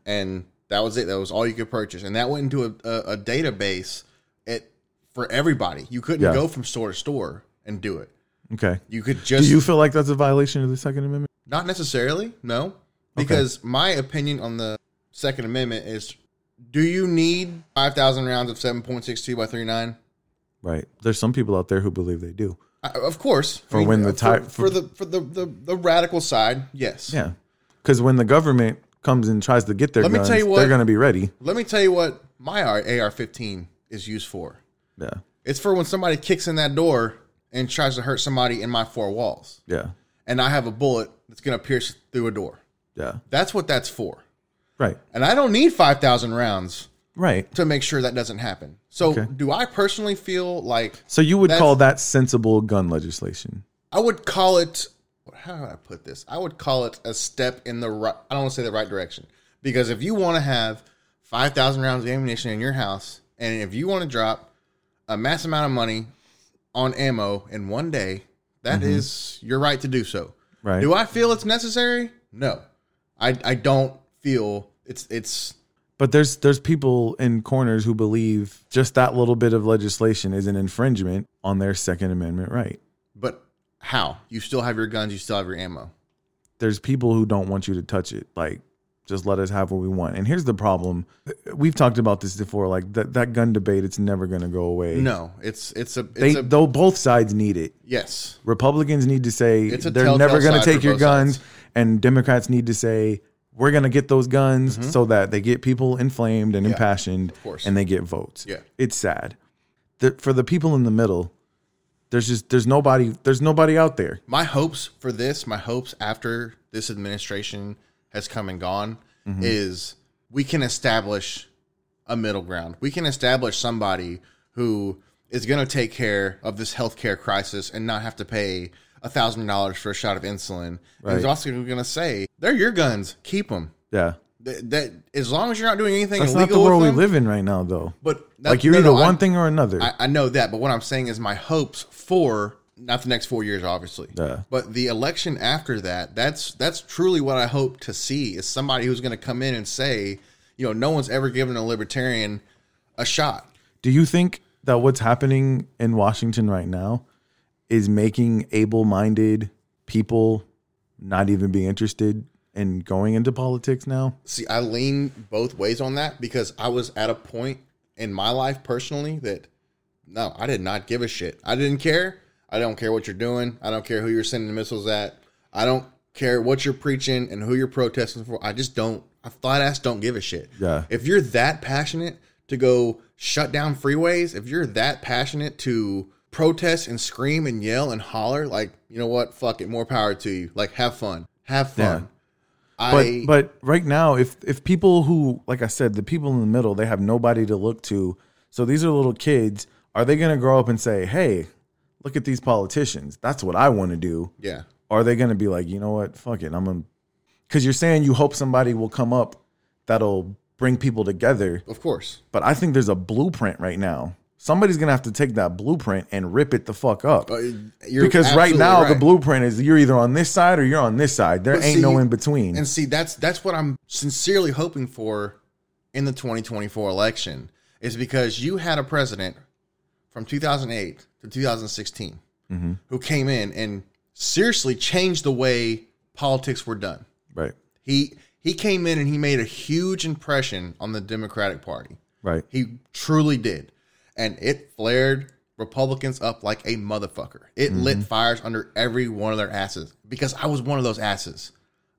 S4: and that was it. That was all you could purchase, and that went into a, a, a database it for everybody. You couldn't
S3: Yeah.
S4: go from store to store and do it.
S3: okay.
S4: You could
S3: Do
S4: just
S3: you feel like that's a violation of the Second Amendment?
S4: not necessarily no, because my opinion on the Second Amendment is: Do you need five thousand rounds of seven point six two by thirty nine?
S3: Right. There's some people out there who believe they do.
S4: Of course,
S3: For when the ti-
S4: for, for the for the, the the radical side, yes,
S3: Yeah. Because when the government comes and tries to get their
S4: Let me
S3: guns,
S4: tell you what-
S3: they're going to be ready.
S4: Let me tell you what my AR 15 is used for.
S3: Yeah.
S4: It's for when somebody kicks in that door and tries to hurt somebody in my four walls.
S3: Yeah.
S4: And I have a bullet that's going to pierce through a door.
S3: Yeah.
S4: That's what that's for.
S3: Right.
S4: And I don't need 5,000 rounds
S3: Right.
S4: to make sure that doesn't happen. So,
S3: Okay.
S4: do I personally feel like
S3: So you would
S4: That's-
S3: call that sensible gun legislation?
S4: I would call it. How do I put this? I would call it a step in the right. I don't want to say the right direction because if you want to have five thousand rounds of ammunition in your house, and if you want to drop a mass amount of money on ammo in one day, that is your right to do so.
S3: Mm-hmm. Right.
S4: Do I feel it's necessary? No, I I don't feel it's it's
S3: But there's there's people in corners who believe just that little bit of legislation is an infringement on their Second Amendment right.
S4: but how you still have your guns, you still have your ammo.
S3: There's people who don't want you to touch it. Like, just let us have what we want. And here's the problem: we've talked about this before. Like that that gun debate, it's never going to go away.
S4: No, it's it's a it's
S3: they
S4: a
S3: though both sides need it.
S4: yes.
S3: Republicans need to say
S4: It's a
S3: they're
S4: telltale
S3: never going
S4: sign
S3: to take
S4: for
S3: your
S4: both
S3: guns,
S4: sides.
S3: and Democrats need to say we're going to get those guns so that they get people inflamed and impassioned,
S4: Mm-hmm. course.
S3: and they get votes.
S4: Yeah.
S3: it's sad. The, for the people in the middle, there's just there's nobody there's nobody out there.
S4: my hopes for this, my hopes after this administration has come and gone,
S3: Mm-hmm.
S4: is we can establish a middle ground. We can establish somebody who is going to take care of this healthcare crisis and not have to pay a thousand dollars for a shot of insulin. And
S3: Right.
S4: is also going to say they're your guns, keep them.
S3: Yeah,
S4: That, that as long as you're not doing anything
S3: that's
S4: illegal
S3: not the world we
S4: with them,
S3: live in right now, though.
S4: But that-
S3: like you're
S4: no,
S3: either
S4: no,
S3: one
S4: I'm-
S3: thing or another.
S4: I, I know that, but what I'm saying is my hopes for not the next four years, obviously.
S3: Yeah.
S4: But the election after that, that's that's truly what I hope to see is somebody who's going to come in and say, you know, no one's ever given a libertarian a shot.
S3: Do you think that what's happening in Washington right now is making able-minded people not even be interested in going into politics now?
S4: See, I lean both ways on that because I was at a point in my life personally that no, I did not give a shit. I didn't care. I don't care what you're doing. I don't care who you're sending the missiles at. I don't care what you're preaching and who you're protesting for. I just don't. I flat ass don't give a shit.
S3: Yeah.
S4: If you're that passionate to go shut down freeways, if you're that passionate to protest and scream and yell and holler, like you know what, fuck it, more power to you. Like have fun, have fun.
S3: Yeah. But
S4: I
S3: but right now, if if people who, like I said, the people in the middle, they have nobody to look to. So these are little kids. Are they going to grow up and say, "Hey, look at these politicians. That's what I want to do."
S4: yeah,
S3: Or are they going to be like, you know what, fuck it, I'm gonna? Because you're saying you hope somebody will come up that'll bring people together.
S4: of course.
S3: But I think there's a blueprint right now. Somebody's going to have to take that blueprint and rip it the fuck up.
S4: But Uh, you're
S3: Uh, because right
S4: absolutely
S3: now the
S4: right.
S3: blueprint is you're either on this side or you're on this side. There
S4: But
S3: ain't
S4: see,
S3: no in between.
S4: And see, that's that's what I'm sincerely hoping for in the 2024 election is because you had a president from 2008 to 2016
S3: Mm-hmm.
S4: who came in and seriously changed the way politics were done.
S3: Right.
S4: He he came in and he made a huge impression on the Democratic Party.
S3: Right.
S4: He truly did. And it flared Republicans up like a motherfucker. It
S3: Mm-hmm.
S4: lit fires under every one of their asses because I was one of those asses.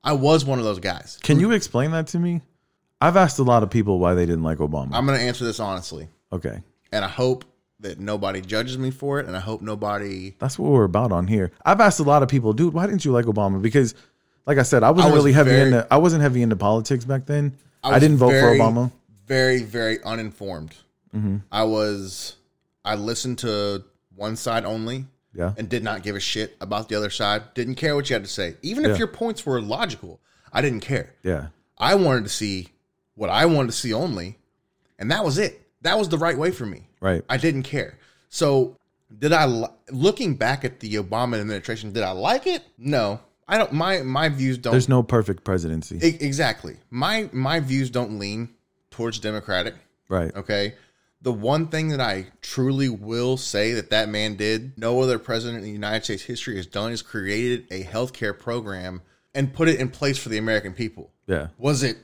S4: I was one of those guys.
S3: Can you explain that to me? I've asked a lot of people why they didn't like Obama.
S4: I'm going to answer this honestly.
S3: okay.
S4: And I hope that nobody judges me for it. And I hope nobody.
S3: That's what we're about on here. I've asked a lot of people, dude, why didn't you like Obama? Because like I said, I wasn't
S4: I was
S3: really heavy
S4: very-
S3: into I wasn't heavy into politics back then. I,
S4: was
S3: didn't vote
S4: very,
S3: for Obama. Mm-hmm.
S4: Very, very uninformed. I was. I listened to one side only.
S3: Yeah.
S4: and did not give a shit about the other side. Didn't care what you had to say. Even
S3: Yeah.
S4: if your points were logical, I didn't care.
S3: yeah.
S4: I wanted to see what I wanted to see only, and that was it. That was the right way for me.
S3: Right.
S4: I didn't care. So, did I li- looking back at the Obama administration, did I like it? No. I don't my my views don't
S3: There's no perfect presidency.
S4: E- exactly. My my views don't lean towards democratic,
S3: right.
S4: okay? The one thing that I truly will say that that man did, no other president in the United States history has done, is created a healthcare program and put it in place for the American people.
S3: Yeah.
S4: Was it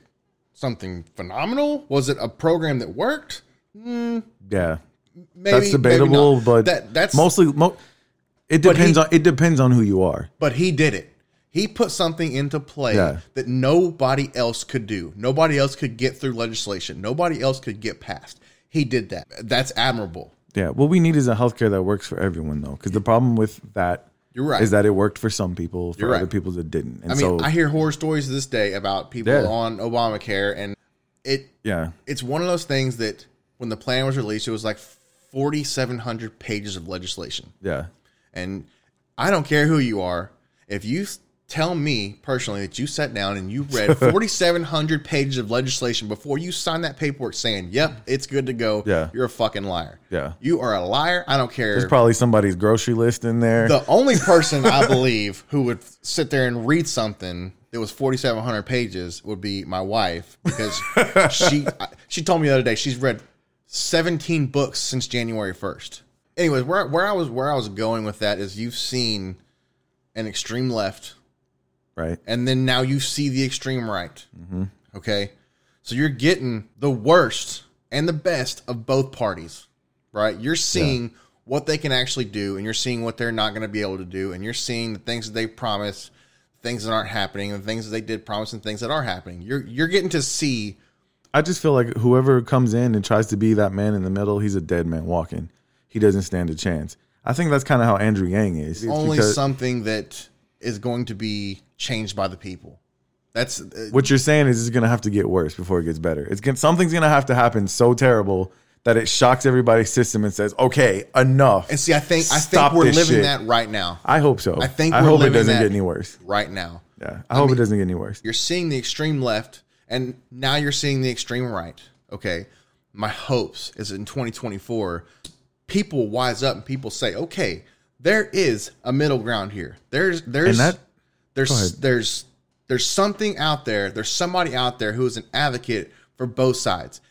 S4: something phenomenal? Was it a program that worked?
S3: Yeah.
S4: Maybe,
S3: That's
S4: maybe
S3: debatable,
S4: not.
S3: but
S4: that, that's
S3: mostly mo- it
S4: But
S3: depends
S4: he-
S3: on it depends on who you are.
S4: But he did it. He put something into play
S3: Yeah.
S4: that nobody else could do. Nobody else could get through legislation. Nobody else could get past. He did that. That's admirable.
S3: Yeah. What we need is a healthcare that works for everyone, though, because the problem with that is
S4: You're right.
S3: that it worked for some people, for
S4: You're
S3: other
S4: right.
S3: people that didn't. And
S4: I mean,
S3: so,
S4: I hear horror stories to this day about people
S3: Yeah.
S4: on Obamacare, and it
S3: yeah,
S4: it's one of those things that when the plan was released, it was like forty seven hundred pages of legislation.
S3: yeah,
S4: And I don't care who you are. If you s- tell me personally that you sat down and you read 4,700 pages of legislation before you signed that paperwork saying, yep, it's good to go,
S3: Yeah.
S4: you're a fucking liar.
S3: Yeah.
S4: You are a liar. I don't care.
S3: there's probably somebody's grocery list in there.
S4: the only person I believe who would sit there and read something that was 4,700 pages would be my wife because she I- she told me the other day she's read 17 books since January 1st. Anyways, where where I was where I was going with that is you've seen an extreme left
S3: right?
S4: and then now you see the extreme right.
S3: Mm-hmm.
S4: Okay, so you're getting the worst and the best of both parties, right? You're seeing what they can actually do, and you're seeing what they're not going to be able to do, and you're seeing the things that they promised, things that aren't happening, and things that they did promise, and things that are happening. You're you're getting to see
S3: I just feel like whoever comes in and tries to be that man in the middle, he's a dead man walking. He doesn't stand a chance. I think that's kind of how Andrew Yang is. It's
S4: only
S3: because-
S4: something that is going to be changed by the people. That's uh,
S3: what you're saying is it's gonna have to get worse before it gets better. It's gonna, something's gonna have to happen so terrible that it shocks everybody's system and says, "Okay, enough."
S4: and see. I think I
S3: Stop
S4: think we're
S3: this
S4: living
S3: shit.
S4: that right now.
S3: I hope so.
S4: I think
S3: I
S4: we're
S3: hope it
S4: living
S3: doesn't
S4: that-
S3: get any worse.
S4: Right now.
S3: Yeah, I, hope it doesn't get any worse.
S4: you're seeing the extreme left and now you're seeing the extreme right okay my hopes is in 2024 people wise up and people say okay there is a middle ground here. There's there's
S3: And that- Go
S4: there's
S3: ahead.
S4: there's there's something out there. There's somebody out there who is an advocate for both sides.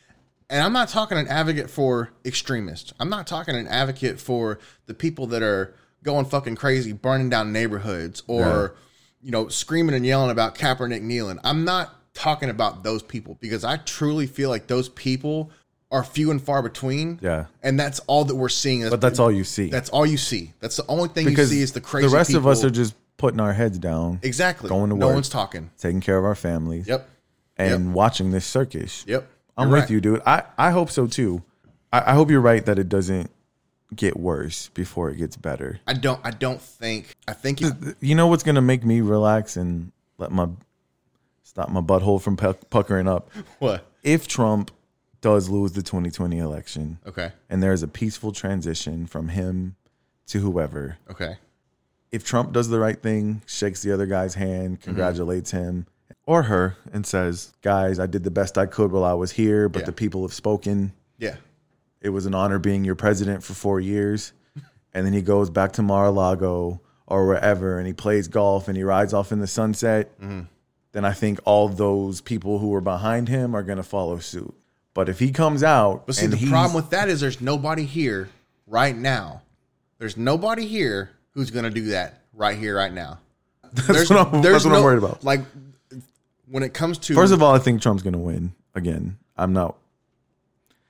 S4: And I'm not talking an advocate for extremists. I'm not talking an advocate for the people that are going fucking crazy, burning down neighborhoods or you know, screaming and yelling about Kaepernick kneeling. I'm not talking about those people because I truly feel like those people are few and far between.
S3: Yeah.
S4: And that's all that we're seeing.
S3: But that's all you see.
S4: That's all you see. That's the only thing
S3: because
S4: you see is the crazy.
S3: The rest of us
S4: people.
S3: are just putting our heads down,
S4: exactly
S3: going to
S4: No
S3: work.
S4: one's talking.
S3: taking care of our families,
S4: Yep.
S3: and watching this circus.
S4: Yep.
S3: I'm
S4: You're
S3: with
S4: right.
S3: you, dude. I, I hope so too. I, I hope you're right that it doesn't get worse before it gets better.
S4: I don't. I don't think. I think. It,
S3: You know what's gonna make me relax and let my stop my butthole from puck- puckering up?
S4: what?
S3: If Trump does lose the 2020 election,
S4: Okay.
S3: and there is a peaceful transition from him to whoever,
S4: Okay.
S3: if Trump does the right thing, shakes the other guy's hand, congratulates him or her, and says, Guys, I did the best I could while I was here, but
S4: Yeah.
S3: the people have spoken.
S4: Yeah.
S3: It was an honor being your president for four years. And then he goes back to Mar a Lago or wherever and he plays golf and he rides off in the sunset.
S4: Mm-hmm.
S3: Then I think all those people who were behind him are going to follow suit. But if he comes out,
S4: But see,
S3: and
S4: the
S3: he's-
S4: problem with that is there's nobody here right now. There's nobody here who's going to do that right here, right now. There's,
S3: what I'm- that's what I'm worried about.
S4: Like when it comes to
S3: first of all, I think Trump's going to win again. I'm not.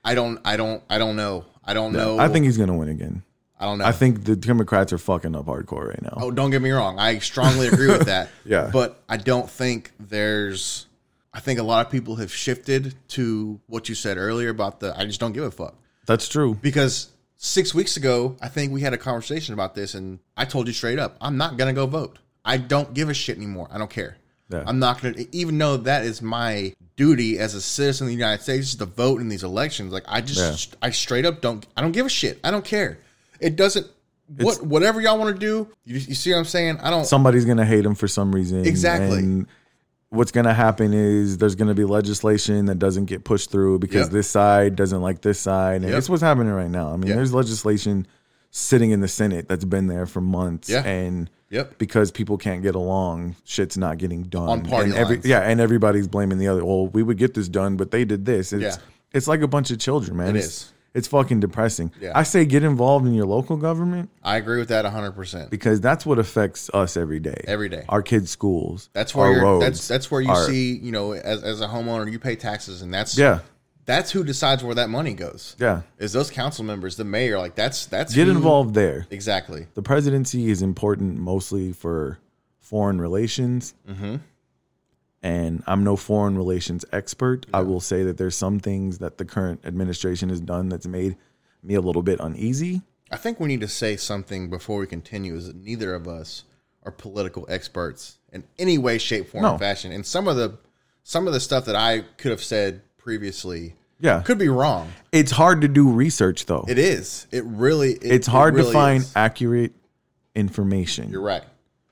S4: I don't. I don't. I don't know. I don't know.
S3: I think he's going to win again.
S4: I don't know.
S3: I think the Democrats are fucking up hardcore right now.
S4: Oh, don't get me wrong. I strongly agree with that.
S3: Yeah.
S4: But I don't think there's. I think a lot of people have shifted to what you said earlier about the I just don't give a fuck.
S3: That's true.
S4: Because six weeks ago, I think we had a conversation about this, and I told you straight up, I'm not going to go vote. I don't give a shit anymore. I don't care.
S3: Yeah.
S4: I'm not going to, even though that is my duty as a citizen of the United States is to vote in these elections. Like, I just, I straight up don't, I don't give a shit. I don't care. It doesn't, what, whatever y'all want to do, you, you see what I'm saying? I don't,
S3: Somebody's gonna hate him for some reason.
S4: Exactly.
S3: And what's gonna happen is there's gonna be legislation that doesn't get pushed through because
S4: Yep.
S3: this side doesn't like this side, and
S4: Yep.
S3: it's what's happening right now. I mean,
S4: Yeah.
S3: there's legislation sitting in the Senate that's been there for months,
S4: Yeah.
S3: and
S4: Yep.
S3: because people can't get along, shit's not getting done.
S4: On party
S3: and every,
S4: lines.
S3: yeah, and everybody's blaming the other. Well, we would get this done, but they did this. It's,
S4: Yeah.
S3: it's like a bunch of children, man.
S4: It
S3: it's,
S4: is.
S3: It's fucking depressing.
S4: Yeah.
S3: I say get involved in your local government
S4: I agree with that 100%.
S3: because that's what affects us every day.
S4: Every day.
S3: our kids' schools.
S4: That's where
S3: our
S4: you're,
S3: roads,
S4: that's that's where you
S3: our-
S4: see you know as, as a homeowner you pay taxes and that's
S3: Yeah,
S4: that's who decides where that money goes.
S3: yeah.
S4: is those council members, the mayor. Like that's that's
S3: Get
S4: who-
S3: involved there.
S4: Exactly.
S3: The presidency is important mostly for foreign relations.
S4: Mm-hmm.
S3: And I'm no foreign relations expert. I will say that there's some things that the current administration has done that's made me a little bit uneasy.
S4: I think we need to say something before we continue. Is that neither of us are political experts in any way, shape, form,
S3: No.
S4: fashion. And some of the some of the stuff that I could have said previously
S3: Yeah.
S4: could be wrong.
S3: It's hard to do research though.
S4: It is. It really. It,
S3: it's
S4: it
S3: hard
S4: really
S3: to find
S4: is.
S3: accurate information.
S4: You're right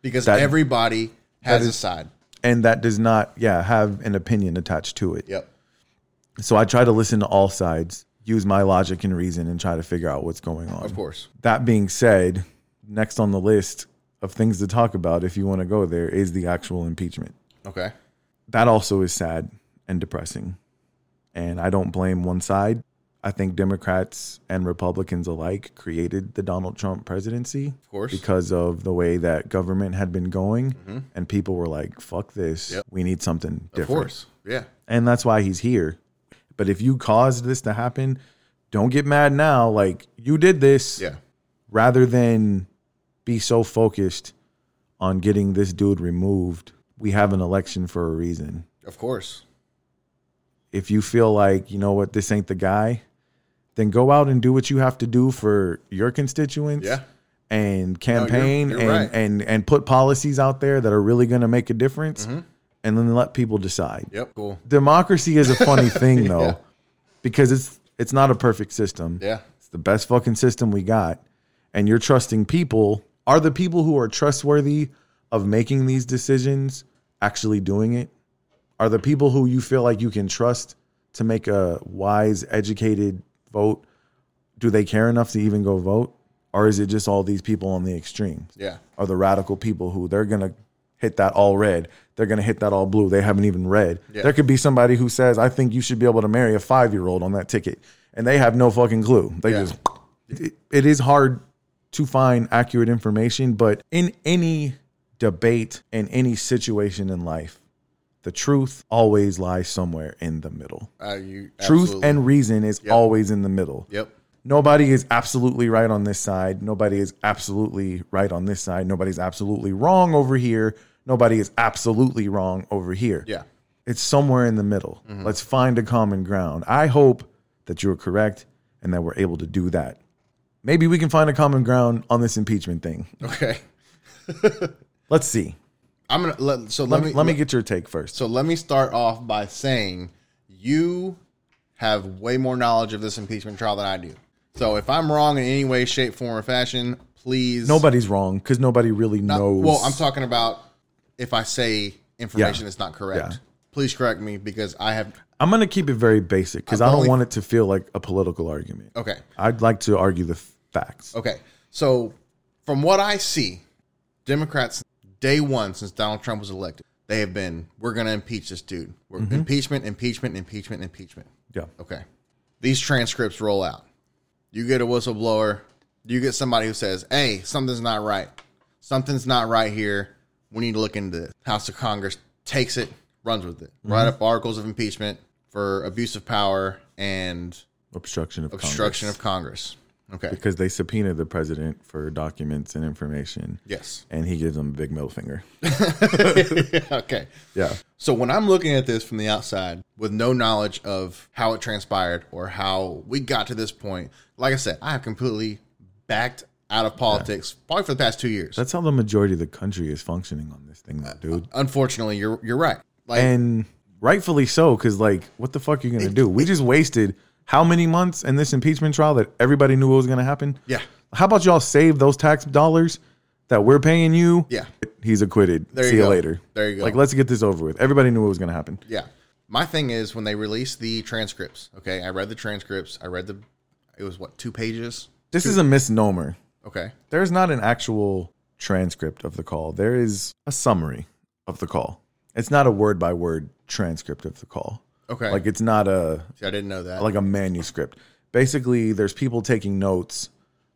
S4: because
S3: That-
S4: everybody has a
S3: is-
S4: side.
S3: And that does not, yeah, have an opinion attached to it.
S4: Yep.
S3: So I try to listen to all sides, use my logic and reason, and try to figure out what's going on.
S4: Of course.
S3: That being said, next on the list of things to talk about, if you want to go there, is the actual impeachment.
S4: Okay.
S3: That also is sad and depressing. And I don't blame one side. I think Democrats and Republicans alike created the Donald Trump presidency of
S4: course. Mm-hmm.
S3: because of the way that government had been going. And people were like, fuck this.
S4: Yep.
S3: We need something different
S4: Of course. Yeah.
S3: and that's why he's here. But if you caused this to happen, don't get mad now. Like you did this,
S4: Yeah.
S3: rather than be so focused on getting this dude removed. We have an election for a reason.
S4: Of course.
S3: If you feel like you know what, this ain't the guy, then go out and do what you have to do for your constituents.
S4: Yeah.
S3: And campaign
S4: you're
S3: and,
S4: right.
S3: and and put policies out there that are really going to make a difference,
S4: Mm-hmm.
S3: and then let people decide
S4: Yep. Cool.
S3: democracy is a funny thing though because it's it's not a perfect system
S4: Yeah.
S3: it's the best fucking system we got and you're trusting people are the people who are trustworthy of making these decisions actually doing it are the people who you feel like you can trust to make a wise educated vote do they care enough to even go vote or is it just all these people on the extreme?
S4: Yeah.
S3: Are the radical people who they're gonna hit that all red? They're gonna hit that all blue. They haven't even read.
S4: Yeah.
S3: There could be somebody who says, "I think you should be able to marry a five year old on that ticket," and they have no fucking clue. They
S4: Yeah.
S3: just it, it is hard to find accurate information, but in any debate in any situation in life, the truth always lies somewhere in the middle.
S4: Uh, you
S3: Truth
S4: absolutely-
S3: and reason is always in the middle
S4: yep.
S3: nobody is absolutely right on this side. Nobody is absolutely right on this side. Nobody's absolutely wrong over here. Nobody is absolutely wrong over here.
S4: Yeah. Mm-hmm.
S3: It's somewhere in the middle. Let's find a common ground. I hope that you're correct and that we're able to do that. Maybe we can find a common ground on this impeachment thing.
S4: Okay.
S3: Let's see.
S4: I'm gonna let, so
S3: Let me let me get your take first.
S4: So let me start off by saying you have way more knowledge of this impeachment trial than I do. So if I'm wrong in any way, shape, form, or fashion, please
S3: Nobody's wrong because nobody really
S4: not-
S3: knows.
S4: Well, I'm talking about if I say information
S3: Yeah.
S4: that's not correct.
S3: Yeah.
S4: Please correct me because I have
S3: I'm gonna keep it very basic because
S4: I'm
S3: I don't
S4: only-
S3: want it to feel like a political argument.
S4: okay.
S3: I'd like to argue the facts.
S4: Okay. So, from what I see, Democrats, day one since Donald Trump was elected, they have been, we're going to impeach this dude. We're
S3: Mm-hmm.
S4: Impeachment, impeachment, impeachment, impeachment.
S3: Yeah.
S4: Okay. These transcripts roll out. You get a whistleblower, you get somebody who says, hey, something's not right. Something's not right here. We need to look into this. House of Congress takes it, runs with it. Write up articles of impeachment for abuse of power and
S3: Obstruction of
S4: obstruction
S3: Congress.
S4: of Congress. Okay.
S3: because they subpoenaed the president for documents and information.
S4: Yes.
S3: And he gives them a big middle finger.
S4: okay.
S3: Yeah.
S4: So when I'm looking at this from the outside with no knowledge of how it transpired or how we got to this point, like I said, I have completely backed out of politics probably for the past two years.
S3: That's how the majority of the country is functioning on this thing, though, dude.
S4: Unfortunately, you're you're right. Like
S3: And rightfully so, because, like, what the fuck are you going to do? We just wasted how many months in this impeachment trial that everybody knew what was going to happen?
S4: Yeah.
S3: How about y'all save those tax dollars that we're paying you?
S4: Yeah.
S3: He's acquitted.
S4: There
S3: See
S4: you
S3: you
S4: go.
S3: later.
S4: There you go.
S3: Like, let's get this over with. Everybody knew what was going to happen.
S4: yeah, my thing is when they release the transcripts. Okay, I read the transcripts. I read the it was what two pages.
S3: This is a misnomer.
S4: Okay,
S3: there's not an actual transcript of the call. There is a summary of the call. It's not a word by word transcript of the call.
S4: okay.
S3: Like it's not a
S4: See, I didn't know that.
S3: like a manuscript. Basically, there's people taking notes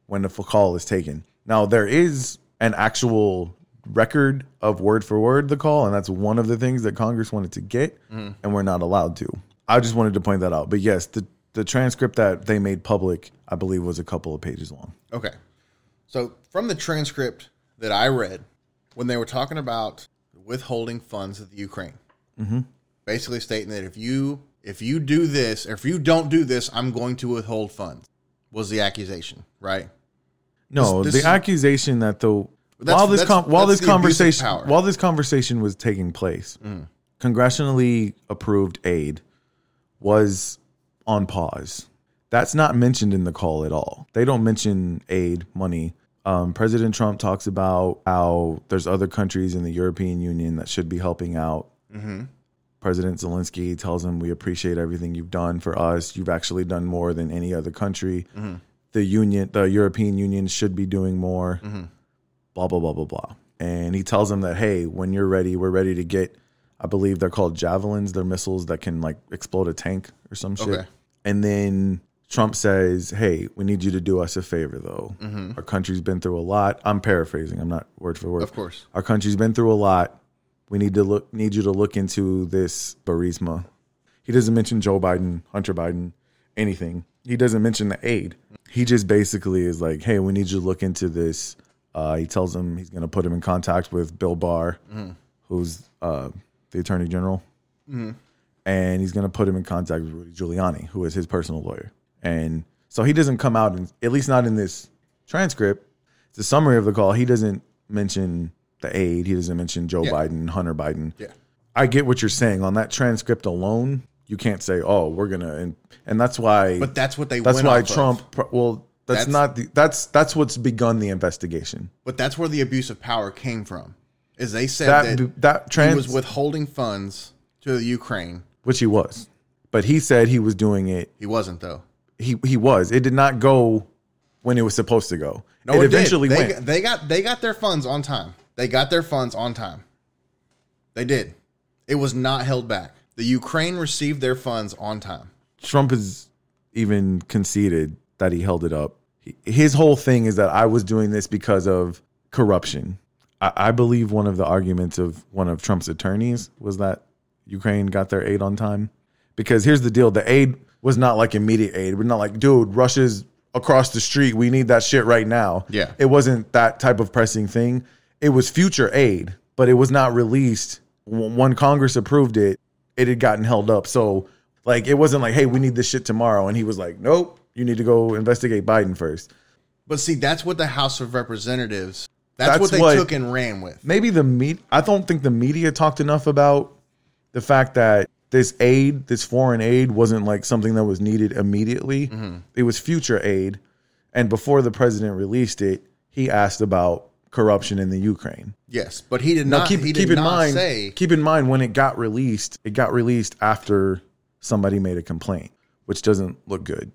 S3: when the f- call is taken. Now there is an actual record of word for word the call, and that's one of the things that Congress wanted to get, and we're not allowed to. I just wanted to point that out. But yes, the the transcript that they made public, I believe, was a couple of pages long.
S4: Okay. So from the transcript that I read, when they were talking about withholding funds of the Ukraine,
S3: Mm-hmm.
S4: basically stating that if you if you do this, or if you don't do this, I'm going to withhold funds, was the accusation, right?
S3: No,
S4: This- this is-
S3: the accusation that the
S4: That's-
S3: while this
S4: that's-
S3: con while
S4: that's
S3: this
S4: the abuse of
S3: conversation
S4: power. Mm.
S3: while this conversation was taking place, congressionally approved aid was on pause. That's not mentioned in the call at all. They don't mention aid money. Um, President Trump talks about how there's other countries in the European Union that should be helping out. President Zelensky tells him, We appreciate everything you've done for us. You've actually done more than any other country. The union, the European Union should be doing more. Blah, blah, blah, blah, blah. And he tells him that, Hey, when you're ready, we're ready to get, I believe they're called javelins. They're missiles that can like explode a tank or some shit.
S4: Okay.
S3: And then Trump says, Hey, we need you to do us a favor, though. Our country's been through a lot. I'm paraphrasing, I'm not word for word.
S4: Mm-hmm. Of course.
S3: Our country's been through a lot. We need to look need you to look into this Burisma. He doesn't mention Joe Biden, Hunter Biden, anything. He doesn't mention the aid. He just basically is like, hey, we need you to look into this. Uh, he tells him he's gonna put him in contact with Bill Barr, who's uh, the attorney general.
S4: Mm-hmm.
S3: And he's gonna put him in contact with Rudy Giuliani, who is his personal lawyer. And so he doesn't come out and at least not in this transcript, the summary of the call, he doesn't mention the aide. He doesn't mention Joe
S4: Yeah.
S3: Biden, Hunter Biden.
S4: Yeah.
S3: I get what you're saying. On that transcript alone, you can't say, "Oh, we're gonna," and, and that's why.
S4: But that's what they
S3: that's
S4: went
S3: why
S4: off of.
S3: Trump. pro- Well, that's,
S4: That's-
S3: not the. That's that's what's begun the investigation.
S4: But that's where the abuse of power came from. Is they said
S3: That
S4: that,
S3: that, that
S4: he
S3: trans,
S4: was withholding funds to the Ukraine.
S3: which he was, but he said he was doing it.
S4: He wasn't though.
S3: He he was. It did not go when it was supposed to go.
S4: No, it, eventually did. They, went. They got they got their funds on time. They got their funds on time. They did. It was not held back. The Ukraine received their funds on time.
S3: Trump has even conceded that he held it up. He- His whole thing is that I was doing this because of corruption. I, I believe one of the arguments of one of Trump's attorneys was that Ukraine got their aid on time. Because here's the deal the aid was not like immediate aid. We're not like, dude, Russia's across the street. We need that shit right now.
S4: Yeah.
S3: It wasn't that type of pressing thing. It was future aid, but it was not released. W- When Congress approved it, it had gotten held up. So, like, it wasn't like, hey, we need this shit tomorrow. And he was like, nope, you need to go investigate Biden first.
S4: But see, that's what the House of Representatives. That's,
S3: That's
S4: what they
S3: what-
S4: took and ran with.
S3: maybe the meat I don't think the media talked enough about the fact that this aid, this foreign aid wasn't like something that was needed immediately.
S4: Mm-hmm.
S3: It was future aid. And before the president released it, he asked about corruption in the Ukraine.
S4: Yes, but he did
S3: Now
S4: not.
S3: keep
S4: he did
S3: keep in
S4: not
S3: mind
S4: say
S3: keep in mind when it got released, it got released after somebody made a complaint, which doesn't look good.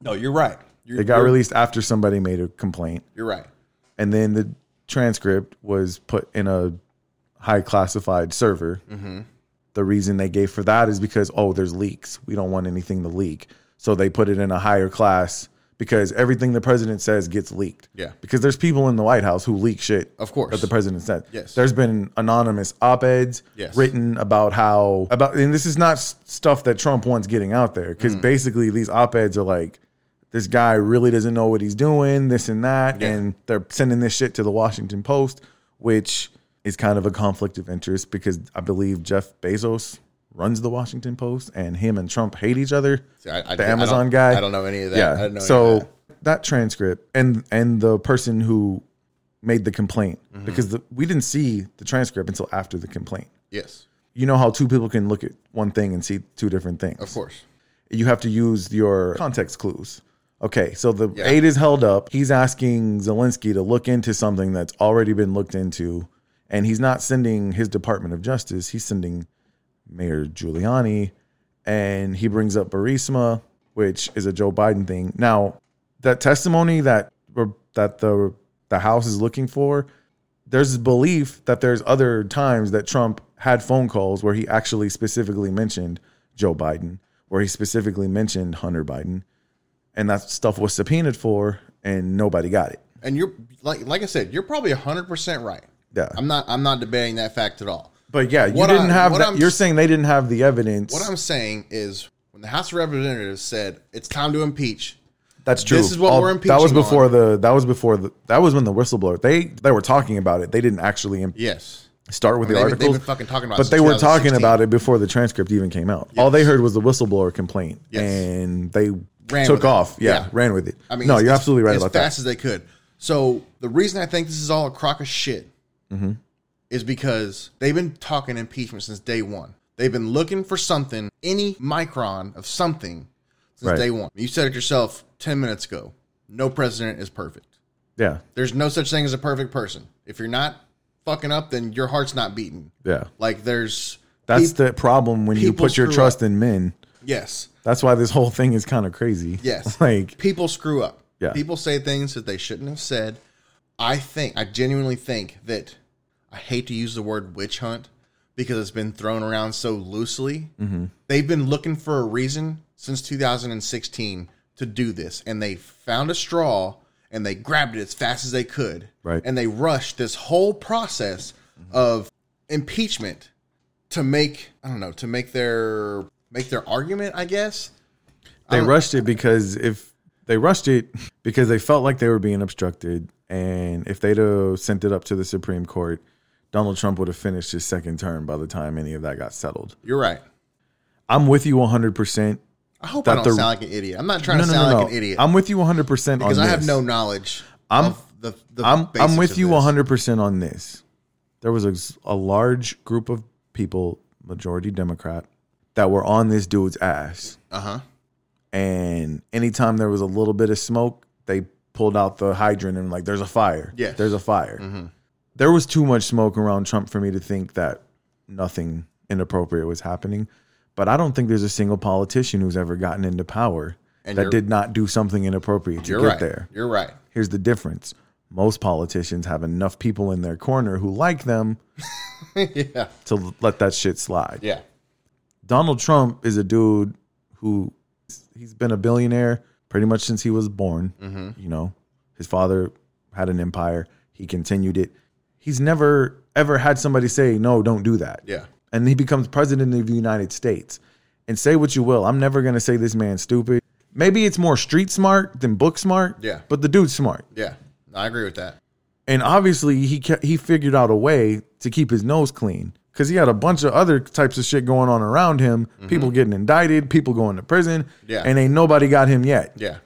S4: no. You're right. You're,
S3: It got
S4: you're-
S3: released after somebody made a complaint
S4: You're right.
S3: and then the transcript was put in a high classified server.
S4: Mm-hmm.
S3: The reason they gave for that is because oh, there's leaks. We don't want anything to leak, so they put it in a higher class because everything the president says gets leaked.
S4: Yeah.
S3: because there's people in the White House who leak shit.
S4: Of course.
S3: that the president said.
S4: Yes.
S3: there's been anonymous op eds
S4: Yes.
S3: written about how about and this is not s- stuff that Trump wants getting out there because
S4: Mm.
S3: basically these op eds are like this guy really doesn't know what he's doing, this and that, and they're sending this shit to the Washington Post, which is kind of a conflict of interest because I believe Jeff Bezos runs the Washington Post, and him and Trump hate each other.
S4: See, I- I-
S3: the
S4: I don't-
S3: Amazon guy.
S4: I don't know any of that. I
S3: Yeah.
S4: don't know any
S3: so
S4: of that.
S3: transcript and and the person who made the complaint
S4: Mm-hmm.
S3: because the, we didn't see the transcript until after the complaint.
S4: Yes,
S3: You know how two people can look at one thing and see two different things
S4: of course.
S3: you have to use your context clues. Okay, so the
S4: Yeah.
S3: aid is held up. He's asking Zelensky to look into something that's already been looked into, and he's not sending his Department of Justice. He's sending Mayor Giuliani, and he brings up Burisma, which is a Joe Biden thing. Now, that testimony that that the the House is looking for, there's belief that there's other times that Trump had phone calls where he actually specifically mentioned Joe Biden, where he specifically mentioned Hunter Biden, and that stuff was subpoenaed for, and nobody got it.
S4: And you're like like I said, you're probably hundred percent right.
S3: Yeah.
S4: I'm not. I'm not debating that fact at all.
S3: But yeah, you
S4: What
S3: didn't
S4: I-
S3: have
S4: what
S3: that.
S4: I'm-
S3: You're saying they didn't have the evidence.
S4: What I'm saying is, when the House of Representatives said it's time to impeach,
S3: That's true.
S4: This is what we're
S3: That was
S4: impeaching
S3: before
S4: on.
S3: the. That was before the. That was when the whistleblower. They they were talking about it. They didn't actually im-
S4: yes,
S3: start with
S4: I mean,
S3: the
S4: they've been- they've
S3: articles.
S4: been fucking talking about it
S3: but
S4: since
S3: they were talking
S4: 2016.
S3: about it before the transcript even came out. All they heard was the whistleblower complaint,
S4: Yes.
S3: and they
S4: Ran
S3: took
S4: with it.
S3: off. Yeah,
S4: Yeah.
S3: ran with it.
S4: I mean,
S3: no,
S4: as-
S3: you're
S4: as-
S3: absolutely right
S4: as
S3: about
S4: fast as they could. So the reason I think this is all a crock of shit
S3: Mm-hmm.
S4: is because they've been talking impeachment since day one. They've been looking for something, any micron of something, since
S3: Right.
S4: day one. You said it yourself ten minutes ago. No president is perfect.
S3: that.
S4: There's no such thing as a perfect person. If you're not fucking up, then your heart's not beating.
S3: Yeah, yeah.
S4: Like there's
S3: That's
S4: peop-
S3: the problem when you
S4: people
S3: put your
S4: screw
S3: trust in men.
S4: yes,
S3: That's why this whole thing is kind of crazy.
S4: yes.
S3: like
S4: people screw up.
S3: Yeah.
S4: People say things that they shouldn't have said. I think I genuinely think that I hate to use the word witch hunt because it's been thrown around so loosely.
S3: Mm-hmm.
S4: They've been looking for a reason since 2016 to do this, and they found a straw and they grabbed it as fast as they could.
S3: Right.
S4: And they rushed this whole process of impeachment to make I don't know to make their make their argument. I guess
S3: they rushed it because if they rushed it because they felt like they were being obstructed, and if they'd have sent it up to the Supreme Court, Donald Trump would have finished his second term by the time any of that got settled.
S4: you're right.
S3: I'm with you 100. percent
S4: I hope
S3: that
S4: I don't
S3: the-
S4: sound like an idiot. I'm not
S3: No,
S4: trying
S3: no,
S4: to
S3: no,
S4: sound
S3: no.
S4: like an idiot
S3: I'm with you 100 percent on
S4: because I have
S3: this.
S4: no knowledge
S3: I'm-
S4: of the the
S3: I'm I'm
S4: basics
S3: with
S4: of
S3: you
S4: this.
S3: 100 percent on this. There was a, s- a large group of people, majority Democrat, that were on this dude's ass.
S4: Uh-huh.
S3: and anytime there was a little bit of smoke, they pulled out the hydrant and like, there's a fire.
S4: Yes. Mm-hmm.
S3: there's a fire. There was too much smoke around Trump for me to think that nothing inappropriate was happening. But I don't think there's a single politician who's ever gotten into power
S4: And
S3: that
S4: you're-
S3: did not do something inappropriate to
S4: You're
S3: get
S4: right.
S3: there.
S4: You're right.
S3: Here's the difference. Most politicians have enough people in their corner who like them
S4: yeah.
S3: to let that shit slide.
S4: Yeah.
S3: Donald Trump is a dude who he's been a billionaire pretty much since he was born.
S4: Mm-hmm.
S3: You know, his father had an empire, he continued it. He's never ever had somebody say, "No, don't do that."
S4: Yeah.
S3: and he becomes president of the United States. And say what you will, I'm never gonna say this man's stupid. Maybe it's more street smart than book smart.
S4: Yeah.
S3: but the dude's smart,
S4: Yeah. I agree with that.
S3: and obviously he kept, he figured out a way to keep his nose clean because he had a bunch of other types of shit going on around him. People getting indicted, people going to prison.
S4: Mm-hmm. Yeah.
S3: and ain't nobody got him yet.
S4: Yeah.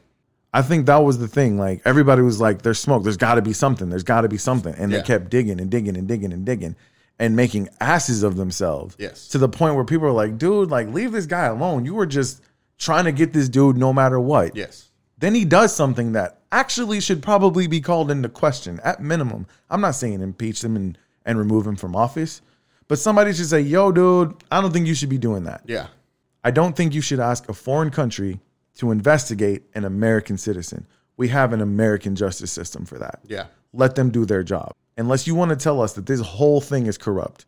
S3: I think that was the thing. Like everybody was like, "There's smoke. There's got to be something. There's got to be something." And
S4: Yeah.
S3: they kept digging and digging and digging and digging, and making asses of themselves.
S4: Yes.
S3: To the point where people are like, "Dude, like leave this guy alone. You were just trying to get this dude no matter what."
S4: Yes.
S3: Then he does something that actually should probably be called into question at minimum. I'm not saying impeach him and and remove him from office, but somebody should say, "Yo, dude, I don't think you should be doing that."
S4: Yeah.
S3: I don't think you should ask a foreign country to investigate an American citizen. We have an American justice system for that.
S4: Yeah.
S3: Let them do their job. Unless you want to tell us that this whole thing is corrupt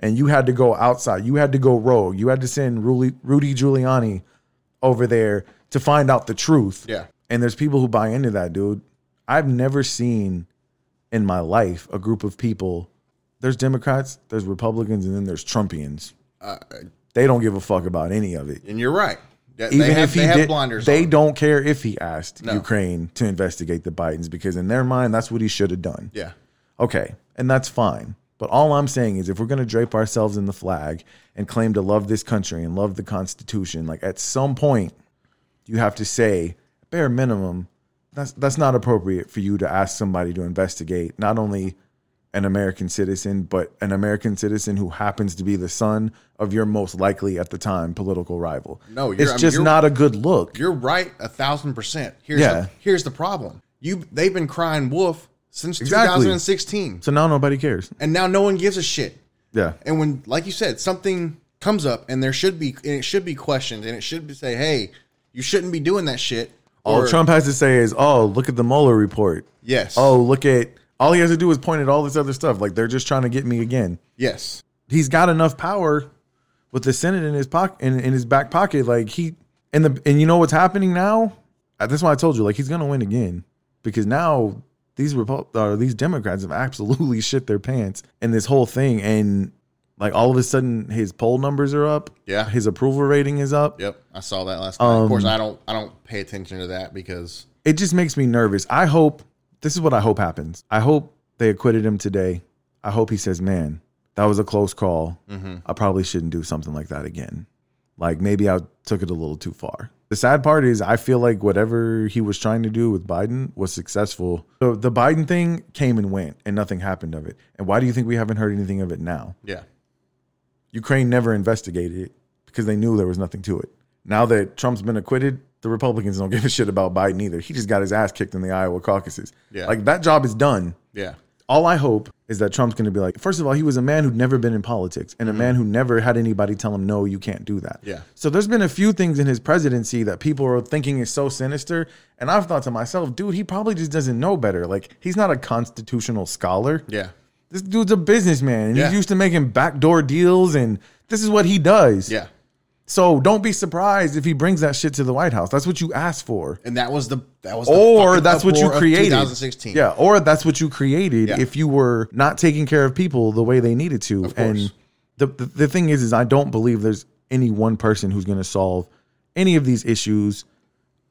S3: and you had to go outside, you had to go rogue, you had to send Rudy, Rudy Giuliani over there to find out the truth.
S4: Yeah.
S3: And there's people who buy into that, dude. I've never seen in my life a group of people. There's Democrats, there's Republicans, and then there's Trumpians.
S4: Uh,
S3: they don't give a fuck about any of it.
S4: And you're right. They-
S3: Even
S4: they have,
S3: if he
S4: they have
S3: did,
S4: blinders
S3: they
S4: on.
S3: don't care if he asked
S4: No.
S3: Ukraine to investigate the Bidens because in their mind that's what he should have done.
S4: Yeah.
S3: Okay, and that's fine. But all I'm saying is if we're going to drape ourselves in the flag and claim to love this country and love the Constitution, like at some point you have to say, bare minimum, that's that's not appropriate for you to ask somebody to investigate not only an American citizen, but an American citizen who happens to be the son of your most likely at the time political rival.
S4: No, you're-
S3: it's
S4: I mean,
S3: just
S4: you're-
S3: not a good look.
S4: You're right a thousand percent. Here's
S3: Yeah.
S4: the, here's the problem. You they've been crying wolf since
S3: Exactly.
S4: 2016.
S3: So now nobody cares.
S4: And now no one gives a shit.
S3: Yeah.
S4: And when like you said, something comes up and there should be and it should be questioned and it should be say, "Hey, you shouldn't be doing that shit."
S3: All Trump has to say is, "Oh, look at the Mueller report."
S4: Yes.
S3: oh, look at all he has to do is point at all this other stuff. Like they're just trying to get me again.
S4: Yes.
S3: He's got enough power with the Senate in his pocket in, in his back pocket. Like he and the and you know what's happening now? Uh, That's why I told you, like he's gonna win again. Because now these Repu- or these Democrats have absolutely shit their pants in this whole thing and like all of a sudden his poll numbers are up.
S4: Yeah.
S3: His approval rating is up.
S4: Yep. I saw that last night.
S3: Um,
S4: of course, I don't I don't pay attention to that because
S3: it just makes me nervous. I hope this is what I hope happens. I hope they acquitted him today. I hope he says, "Man, that was a close call. I probably shouldn't do something like that again. Like maybe I took it a little too far." The sad part is, I feel like whatever he was trying to do with Biden was successful. So the Biden thing came and went, and nothing happened of it. And why do you think we haven't heard anything of it now?
S4: yeah.
S3: Ukraine never investigated it because they knew there was nothing to it. Now that Trump's been acquitted, the Republicans don't give a shit about Biden either. He just got his ass kicked in the Iowa caucuses.
S4: Yeah.
S3: Like that job is done.
S4: Yeah.
S3: All I hope is that Trump's going to be like, first of all, he was a man who'd never been in politics and a man who never had anybody tell him, no, you can't do that.
S4: Mm-hmm. Yeah.
S3: So there's been a few things in his presidency that people are thinking is so sinister. And I've thought to myself, dude, he probably just doesn't know better. Like, he's not a constitutional scholar
S4: Yeah.
S3: this dude's a businessman and
S4: Yeah.
S3: he's used to making backdoor deals and this is what he does.
S4: Yeah.
S3: So don't be surprised if he brings that shit to the White House. That's what you asked for.
S4: And that was the that was the
S3: Or
S4: fucking
S3: that's what you
S4: uproar of
S3: created.
S4: 2016.
S3: Yeah, or that's what you created
S4: Yeah.
S3: if you were not taking care of people the way they needed to.
S4: Of
S3: and
S4: course.
S3: the, the the thing is is I don't believe there's any one person who's going to solve any of these issues.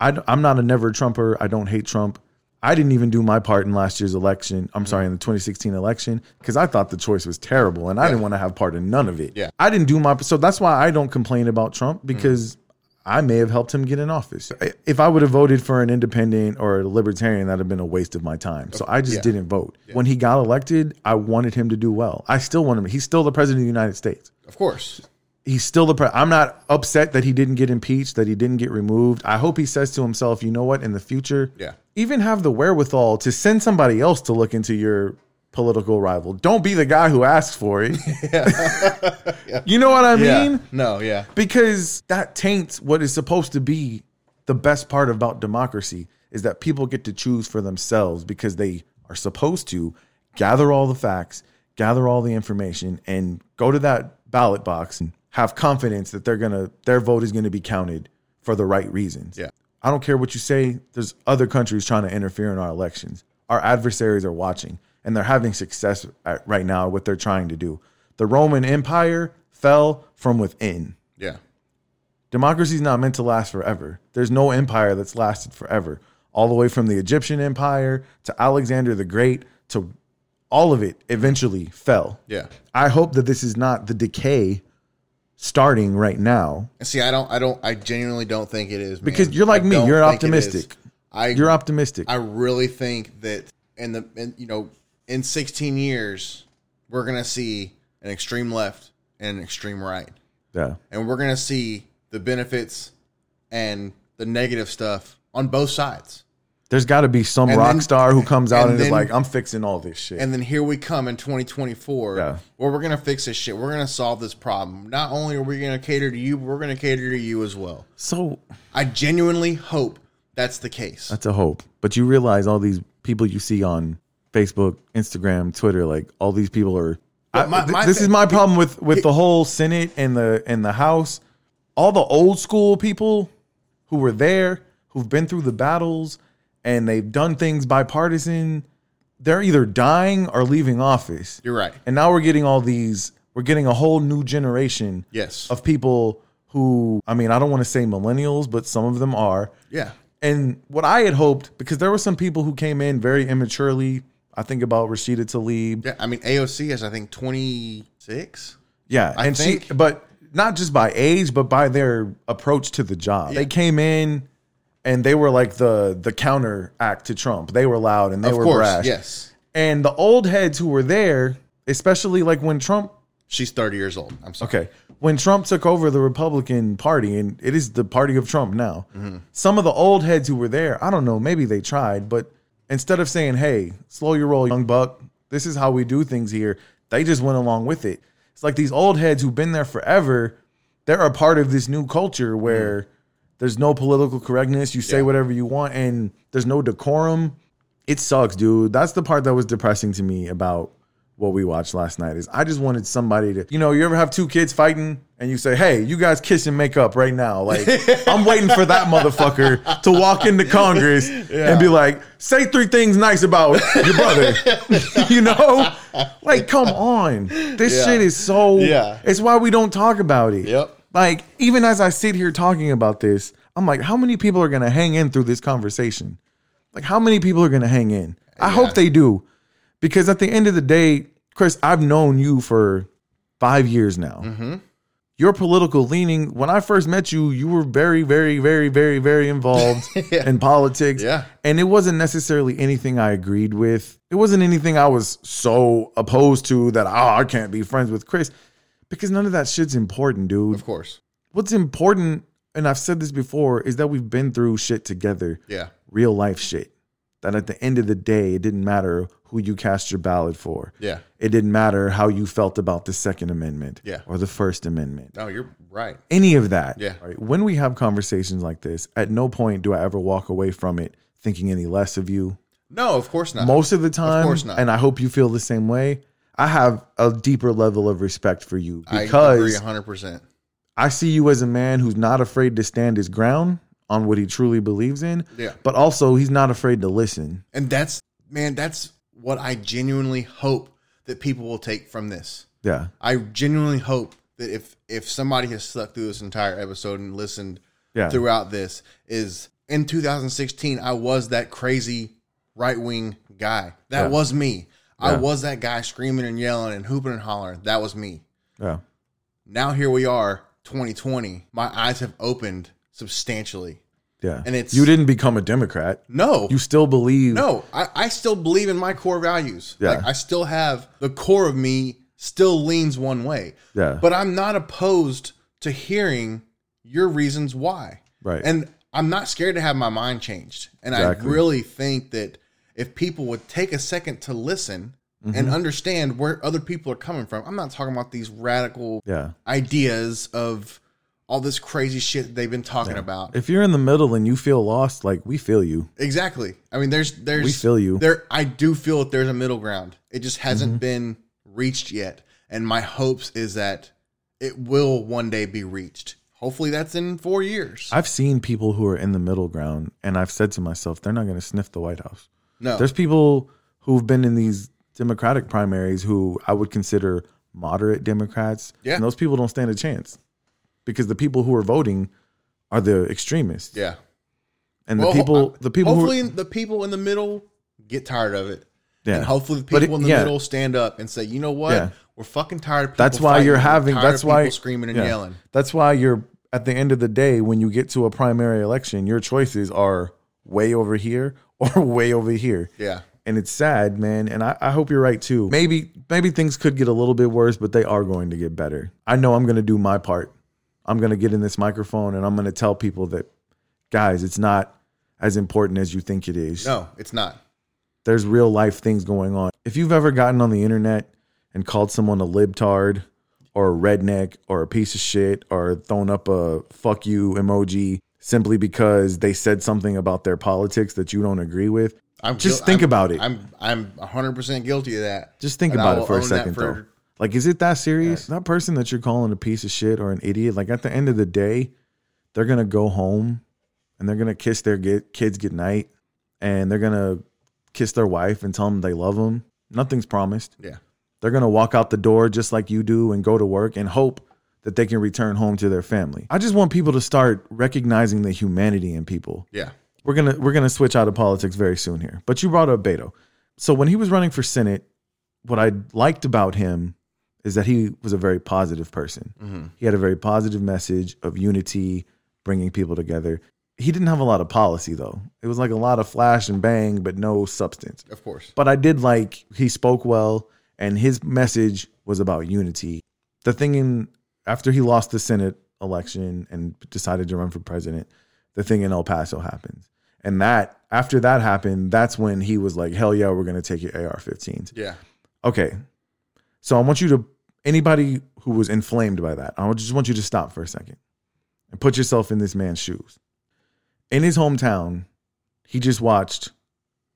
S3: I, am not a never Trumper. I don't hate Trump. I didn't even do my part in last year's election. I'm sorry, in the 2016 election, because I thought the choice was terrible and I didn't want to have part in none of it.
S4: Yeah. Mm.
S3: I didn't do my so that's why I don't complain about Trump because I may have helped him get in office. I- If I would have voted for an independent or a libertarian, that'd have been a waste of my time. So I just
S4: Yeah.
S3: didn't vote. When he got elected, I wanted him to do well. I still want him. He's still the president of the United States
S4: Of course.
S3: he's still the pre- I'm not upset that he didn't get impeached, that he didn't get removed. I hope he says to himself, you know what, in the future,
S4: Yeah.
S3: even have the wherewithal to send somebody else to look into your political rival. Don't be the guy who asks for it. You know what I
S4: Yeah.
S3: mean?
S4: No, yeah.
S3: Because that taints what is supposed to be the best part about democracy is that people get to choose for themselves because they are supposed to gather all the facts, gather all the information, and go to that ballot box and have confidence that they're gonna their vote is gonna be counted for the right reasons.
S4: Yeah.
S3: I don't care what you say, there's other countries trying to interfere in our elections. Our adversaries are watching and they're having success at, right now what they're trying to do. The Roman Empire fell from within.
S4: Yeah.
S3: Democracy's not meant to last forever. There's no empire that's lasted forever. All the way from the Egyptian Empire to Alexander the Great to all of it eventually fell.
S4: Yeah.
S3: I hope that this is not the decay starting right now
S4: And see, I don't, I don't, I genuinely don't think it is man.
S3: because you're like
S4: I
S3: me,
S4: don't
S3: you're
S4: think it is.
S3: optimistic.
S4: I
S3: You're optimistic.
S4: I really think that in the in, you know in 16 years we're gonna see an extreme left and an extreme right,
S3: yeah.
S4: and we're gonna see the benefits and the negative stuff on both sides.
S3: There's got to be some
S4: And
S3: rock
S4: then-
S3: star who comes out
S4: and
S3: and, is
S4: then-
S3: like, "I'm fixing all this shit."
S4: And then here we come in 2024,
S3: Yeah.
S4: where we're gonna fix this shit. We're gonna solve this problem. Not only are we gonna cater to you, but we're gonna cater to you as well.
S3: so
S4: I genuinely hope that's the case.
S3: that's a hope. But you realize all these people you see on Facebook, Instagram, Twitter, like all these people are.
S4: But
S3: I-
S4: my-
S3: th-
S4: my
S3: this
S4: thing-
S3: is my problem with with the whole Senate and the and the House. All the old school people who were there, who've been through the battles, and they've done things bipartisan. They're either dying or leaving office.
S4: You're right.
S3: And now we're getting all these. We're getting a whole new generation.
S4: Yes.
S3: Of people who, I mean, I don't want to say millennials, but some of them are.
S4: Yeah.
S3: And what I had hoped, because there were some people who came in very immaturely. I think about Rashida Tlaib.
S4: Yeah, I mean AOC is I think twenty six.
S3: Yeah,
S4: I
S3: and she,
S4: think-
S3: but not just by age, but by their approach to the job. They came in and they were like the the counter act to Trump. They were loud and they
S4: Of
S3: were
S4: course,
S3: brash.
S4: yes.
S3: And the old heads who were there, especially like when Trump
S4: She's thirty years old. I'm sorry.
S3: Okay. When Trump took over the Republican Party, and it is the party of Trump now, some of the old heads who were there, I don't know, maybe they tried, but instead of saying, hey, slow your roll, young buck, this is how we do things here, they just went along with it. It's like these old heads who've been there forever, they're a part of this new culture where there's no political correctness. You say whatever you want, and there's no decorum. It sucks, dude. That's the part that was depressing to me about what we watched last night. Is I just wanted somebody to, you know, you ever have two kids fighting and you say, "Hey, you guys kiss and make up right now." Like I'm waiting for that motherfucker to walk into Congress and be like, "Say three things nice about your brother," you know? Like, come on, this
S4: Yeah.
S3: shit is so.
S4: Yeah.
S3: It's why we don't talk about it.
S4: Yep.
S3: Like, even as I sit here talking about this, I'm like, how many people are going to hang in through this conversation? Like, how many people are going to hang in? I hope they do. Because at the end of the day, Chris, I've known you for five years now.
S4: Mm-hmm.
S3: Your political leaning, when I first met you, you were very, very, very, very, very involved in politics.
S4: Yeah.
S3: And it wasn't necessarily anything I agreed with. It wasn't anything I was so opposed to that, oh, I can't be friends with Chris. Because none of that shit's important, dude
S4: Of course.
S3: what's important, and I've said this before, is that we've been through shit together,
S4: Yeah.
S3: real life shit. That at the end of the day, it didn't matter who you cast your ballot for.
S4: Yeah.
S3: It didn't matter how you felt about the Second Amendment
S4: Yeah.
S3: or the First Amendment,
S4: No, you're right.
S3: any of that.
S4: Yeah.
S3: Right? When we have conversations like this, at no point do I ever walk away from it thinking any less of you.
S4: No, Uh-uh. of course not.
S3: Most of the time,
S4: course not.
S3: and I hope you feel the same way, I have a deeper level of respect for you
S4: I agree
S3: because
S4: 100. percent
S3: I see you as a man who's not afraid to stand his ground on what he truly believes in.
S4: Yeah.
S3: But also, he's not afraid to listen.
S4: And that's man, that's what I genuinely hope that people will take from this.
S3: Yeah.
S4: I genuinely hope that if if somebody has stuck through this entire episode and listened
S3: Yeah.
S4: throughout this is in 2016 I was that crazy right wing guy. That
S3: Yeah.
S4: was me. I
S3: Yeah.
S4: was that guy screaming and yelling and hooping and hollering. That was me.
S3: Yeah.
S4: Now here we are, 2020. My eyes have opened substantially.
S3: Yeah.
S4: And it's-
S3: you didn't become a Democrat.
S4: No,
S3: You still believe.
S4: no, I, I still believe in my core values.
S3: Yeah.
S4: Like I still have the core of me still leans one way.
S3: Yeah.
S4: But I'm not opposed to hearing your reasons why.
S3: Right.
S4: And I'm not scared to have my mind changed. And
S3: Exactly.
S4: I really think that if people would take a second to listen
S3: Mm-hmm.
S4: and understand where other people are coming from, I'm not talking about these radical
S3: Yeah.
S4: ideas of all this crazy shit that they've been talking about.
S3: If you're in the middle and you feel lost, like we feel you.
S4: Exactly. I mean, there's there's
S3: We feel you. Mm-hmm.
S4: There, I do feel that there's a middle ground. It just hasn't been reached yet, and my hopes is that it will one day be reached. Hopefully, that's in four years.
S3: I've seen people who are in the middle ground, and I've said to myself, they're not going to sniff the White House.
S4: no,
S3: There's people who've been in these Democratic primaries who I would consider moderate Democrats.
S4: Yeah.
S3: And those people don't stand a chance because the people who are voting are the extremists.
S4: yeah.
S3: And
S4: Well,
S3: the people,
S4: ho-
S3: the people who,
S4: hopefully the people in the middle get tired of it.
S3: yeah.
S4: And hopefully the
S3: But
S4: people
S3: it-
S4: in the
S3: yeah.
S4: middle stand up and say, you know what,
S3: Yeah.
S4: we're fucking tired of people.
S3: that's why you're
S4: fighting. We're
S3: having,
S4: tired
S3: that's
S4: of
S3: why
S4: people screaming and
S3: yeah.
S4: yelling.
S3: That's why you're at the end of the day, when you get to a primary election, your choices are way over here or way over here.
S4: Yeah,
S3: and it's sad, man. And I, I hope you're right too. Maybe maybe things could get a little bit worse, but they are going to get better. I know I'm gonna do my part. I'm gonna get in this microphone and I'm gonna tell people that guys, it's not as important as you think it is.
S4: no, it's not.
S3: There's real life things going on. If you've ever gotten on the internet and called someone a libtard or a redneck or a piece of shit or thrown up a fuck you emoji simply because they said something about their politics that you don't agree with,
S4: I'm
S3: Just
S4: guil-
S3: think
S4: I'm-
S3: about it.
S4: I'm I'm 100 percent guilty of that.
S3: Just think
S4: And I
S3: about
S4: will
S3: it for a
S4: own that
S3: second,
S4: for-
S3: though. Like, is it that serious? That person that you're calling a piece of shit or an idiot, like, at the end of the day, they're going to go home and they're going to kiss their get, kids goodnight and they're going to kiss their wife and tell them they love them. Nothing's promised.
S4: Yeah,
S3: They're going to walk out the door just like you do and go to work and hope that they can return home to their family. I just want people to start recognizing the humanity in people
S4: yeah,
S3: we're gonna we're gonna switch out of politics very soon here. But you brought up Beto. So when he was running for Senate, what I liked about him is that he was a very positive person. He had a very positive message of unity, bringing people together. He didn't have a lot of policy though. It was like a lot of flash and bang, but no substance.
S4: of course.
S3: But I did like he spoke well, and his message was about unity. The thing in after he lost the Senate election and decided to run for president, the thing in El Paso happens, and that after that happened, that's when he was like, "Hell yeah, we're gonna take your AR-15s."
S4: Yeah,
S3: Okay, so I want you to anybody who was inflamed by that, I just want you to stop for a second and put yourself in this man's shoes. In his hometown, he just watched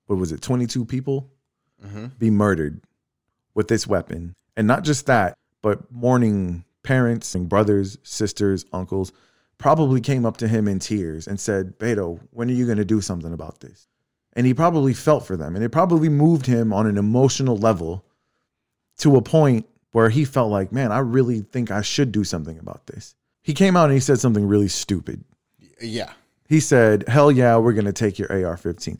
S3: what was it, 22 people
S4: hmm
S3: be murdered with this weapon. And not just that, but mourning parents and brothers, sisters, uncles probably came up to him in tears and said, Beto, when are you going to do something about this? And he probably felt for them and it probably moved him on an emotional level to a point where he felt like, man, I really think I should do something about this. He came out and he said something really stupid.
S4: yeah,
S3: He said, Hell yeah, we're going to take your AR 15.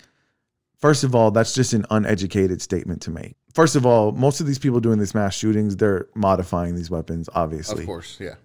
S3: First of all, that's just an uneducated statement to make. First of all, most of these people doing these mass shootings, they're modifying these weapons,
S4: of
S3: obviously.
S4: course. Yeah,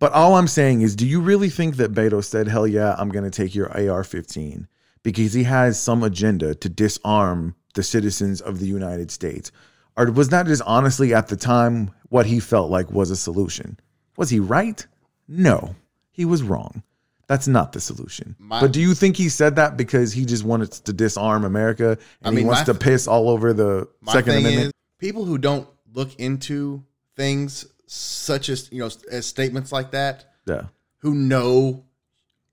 S3: But all I'm saying is, do you really think that Beto said, Hell yeah, I'm going to take your AR 15 because he has some agenda to disarm the citizens of the United States? Or was that just honestly at the time what he felt like was a solution? Was he right? No, he was wrong. That's not the solution.
S4: My-
S3: but do you think he said that because he just wanted to disarm America and
S4: mean,
S3: he wants
S4: my-
S3: to piss all over the
S4: my
S3: Second
S4: thing
S3: Amendment?
S4: is people who don't look into things such as you know as statements like that
S3: yeah.
S4: who know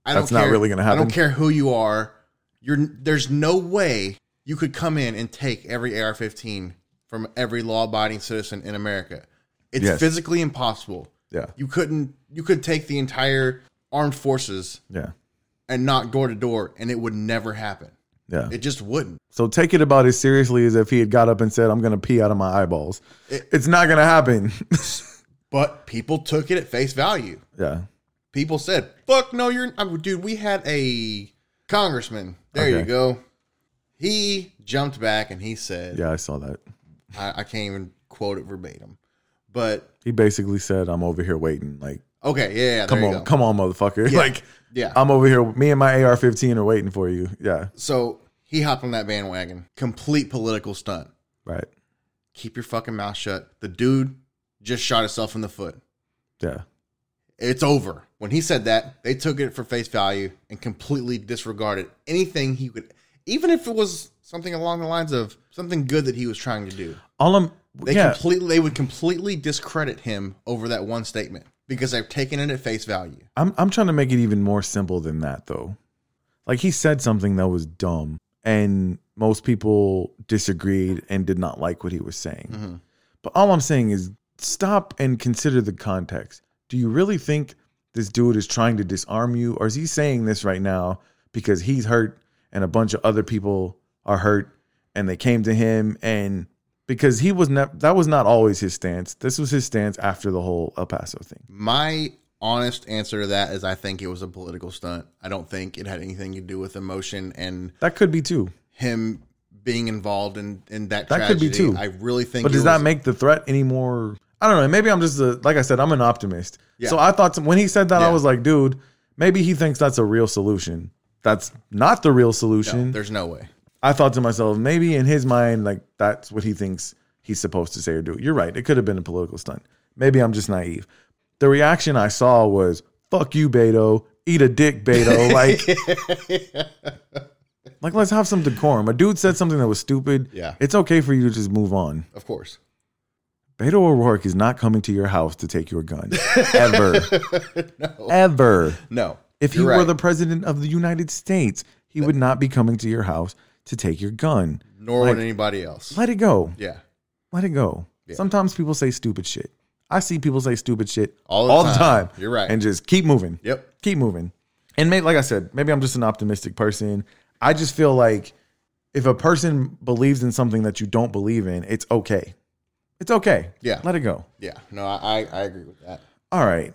S4: I
S3: That's not really gonna
S4: I
S3: happen.
S4: don't care who you are. You're there's no way you could come in and take every AR-15 from every law-abiding citizen in America. It's
S3: Yes.
S4: physically impossible.
S3: Yeah.
S4: You couldn't. You could take the entire armed forces
S3: Yeah.
S4: and not door to door, and it would never happen.
S3: Yeah.
S4: It just wouldn't.
S3: So take it about as seriously as if he had got up and said, "I'm gonna pee out of my eyeballs."
S4: It-
S3: it's not gonna happen.
S4: But people took it at face value.
S3: yeah,
S4: People said, "Fuck no, you're I- dude." We had a congressman. There you
S3: Okay.
S4: go. He jumped back and he said,
S3: yeah, I saw that.
S4: I, I can't even quote it verbatim, but
S3: He basically said, "I'm over here waiting." Like,
S4: okay, yeah, yeah
S3: come
S4: there
S3: on,
S4: you go.
S3: come on, motherfucker!
S4: Yeah,
S3: Like,
S4: yeah.
S3: I'm over here. Me and my AR-15 are waiting for you. Yeah,
S4: So he hopped on that bandwagon. Complete political stunt.
S3: right.
S4: Keep your fucking mouth shut. The dude just shot himself in the foot.
S3: Yeah,
S4: It's over. When he said that, they took it for face value and completely disregarded anything he could, even if it was something along the lines of something good that he was trying to do.
S3: all I'm
S4: They
S3: Yeah.
S4: completely they would completely discredit him over that one statement because they've taken it at face value.
S3: I'm I'm trying to make it even more simple than that though. Like he said something that was dumb and most people disagreed and did not like what he was saying. But all I'm saying is stop and consider the context. Do you really think this dude is trying to disarm you or is he saying this right now because he's hurt and a bunch of other people are hurt and they came to him and because he was not that was not always his stance. This was his stance after the whole El Paso thing.
S4: My honest answer to that is I think it was a political stunt. I don't think it had anything to do with emotion and
S3: That could be too.
S4: him being involved in in that,
S3: That could
S4: tragedy.
S3: be too.
S4: I really think
S3: But
S4: it
S3: does that
S4: was-
S3: make the threat any more? I don't know. Maybe I'm just a like I said, I'm an optimist.
S4: Yeah.
S3: So I thought some, when he said that, I
S4: Yeah.
S3: was like, dude, maybe he thinks that's a real solution. That's not the real solution.
S4: there's no way.
S3: I thought to myself, maybe in his mind, like that's what he thinks he's supposed to say or do. You're right. It could have been a political stunt. Maybe I'm just naive. The reaction I saw was, fuck you, Beto. Eat a dick, Beto. Like, like let's have some decorum. A dude said something that was stupid.
S4: Yeah.
S3: It's okay for you to just move on.
S4: Of course.
S3: Beto O'Rourke is not coming to your house to take your gun. Ever. Ever.
S4: No.
S3: If he
S4: You're
S3: were
S4: right.
S3: the president of the United States, he would not be coming to your house to take your gun.
S4: nor
S3: like-
S4: would anybody else.
S3: Let it go.
S4: yeah.
S3: Let it go. Sometimes people say stupid shit. I see people say stupid shit
S4: All the time. You're right.
S3: And just keep moving.
S4: Yep.
S3: Keep moving. And may, like I said, maybe I'm just an optimistic person. I just feel like if a person believes in something that you don't believe in, it's okay. It's okay.
S4: Yeah.
S3: Let it go.
S4: Yeah. No, I, I I agree with that.
S3: All right.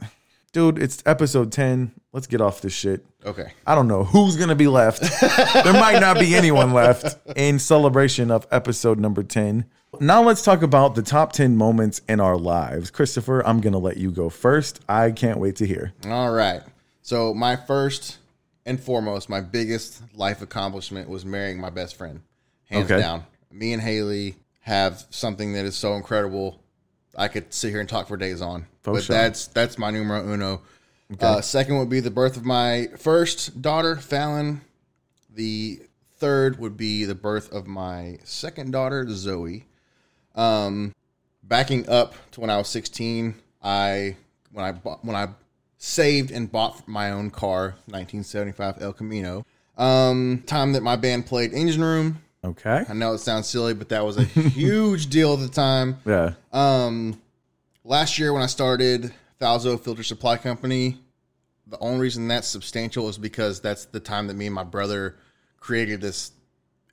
S3: Dude, it's episode 10. Let's get off this shit.
S4: Okay.
S3: I don't know who's going to be left. there might not be anyone left in celebration of episode number 10. Now let's talk about the top 10 moments in our lives. Christopher, I'm going to let you go first. I can't wait to hear.
S4: All right. So my first and foremost, my biggest life accomplishment was marrying my best friend, hands
S3: Okay.
S4: down. Me and Haley have something that is so incredible. I could sit here and talk for days on,
S3: For
S4: but
S3: sure.
S4: that's that's my numero uno. Uh, second would be the birth of my first daughter, Fallon. The third would be the birth of my second daughter, Zoe. Um, backing up to when I was 16, I when I bought, when I saved and bought my own car, 1975 El Camino. Um, time that my band played Engine Room.
S3: Okay.
S4: I know it sounds silly, but that was a huge deal at the time.
S3: Yeah.
S4: Um, last year when I started Thalzo Filter Supply Company, the only reason that's substantial is because that's the time that me and my brother created this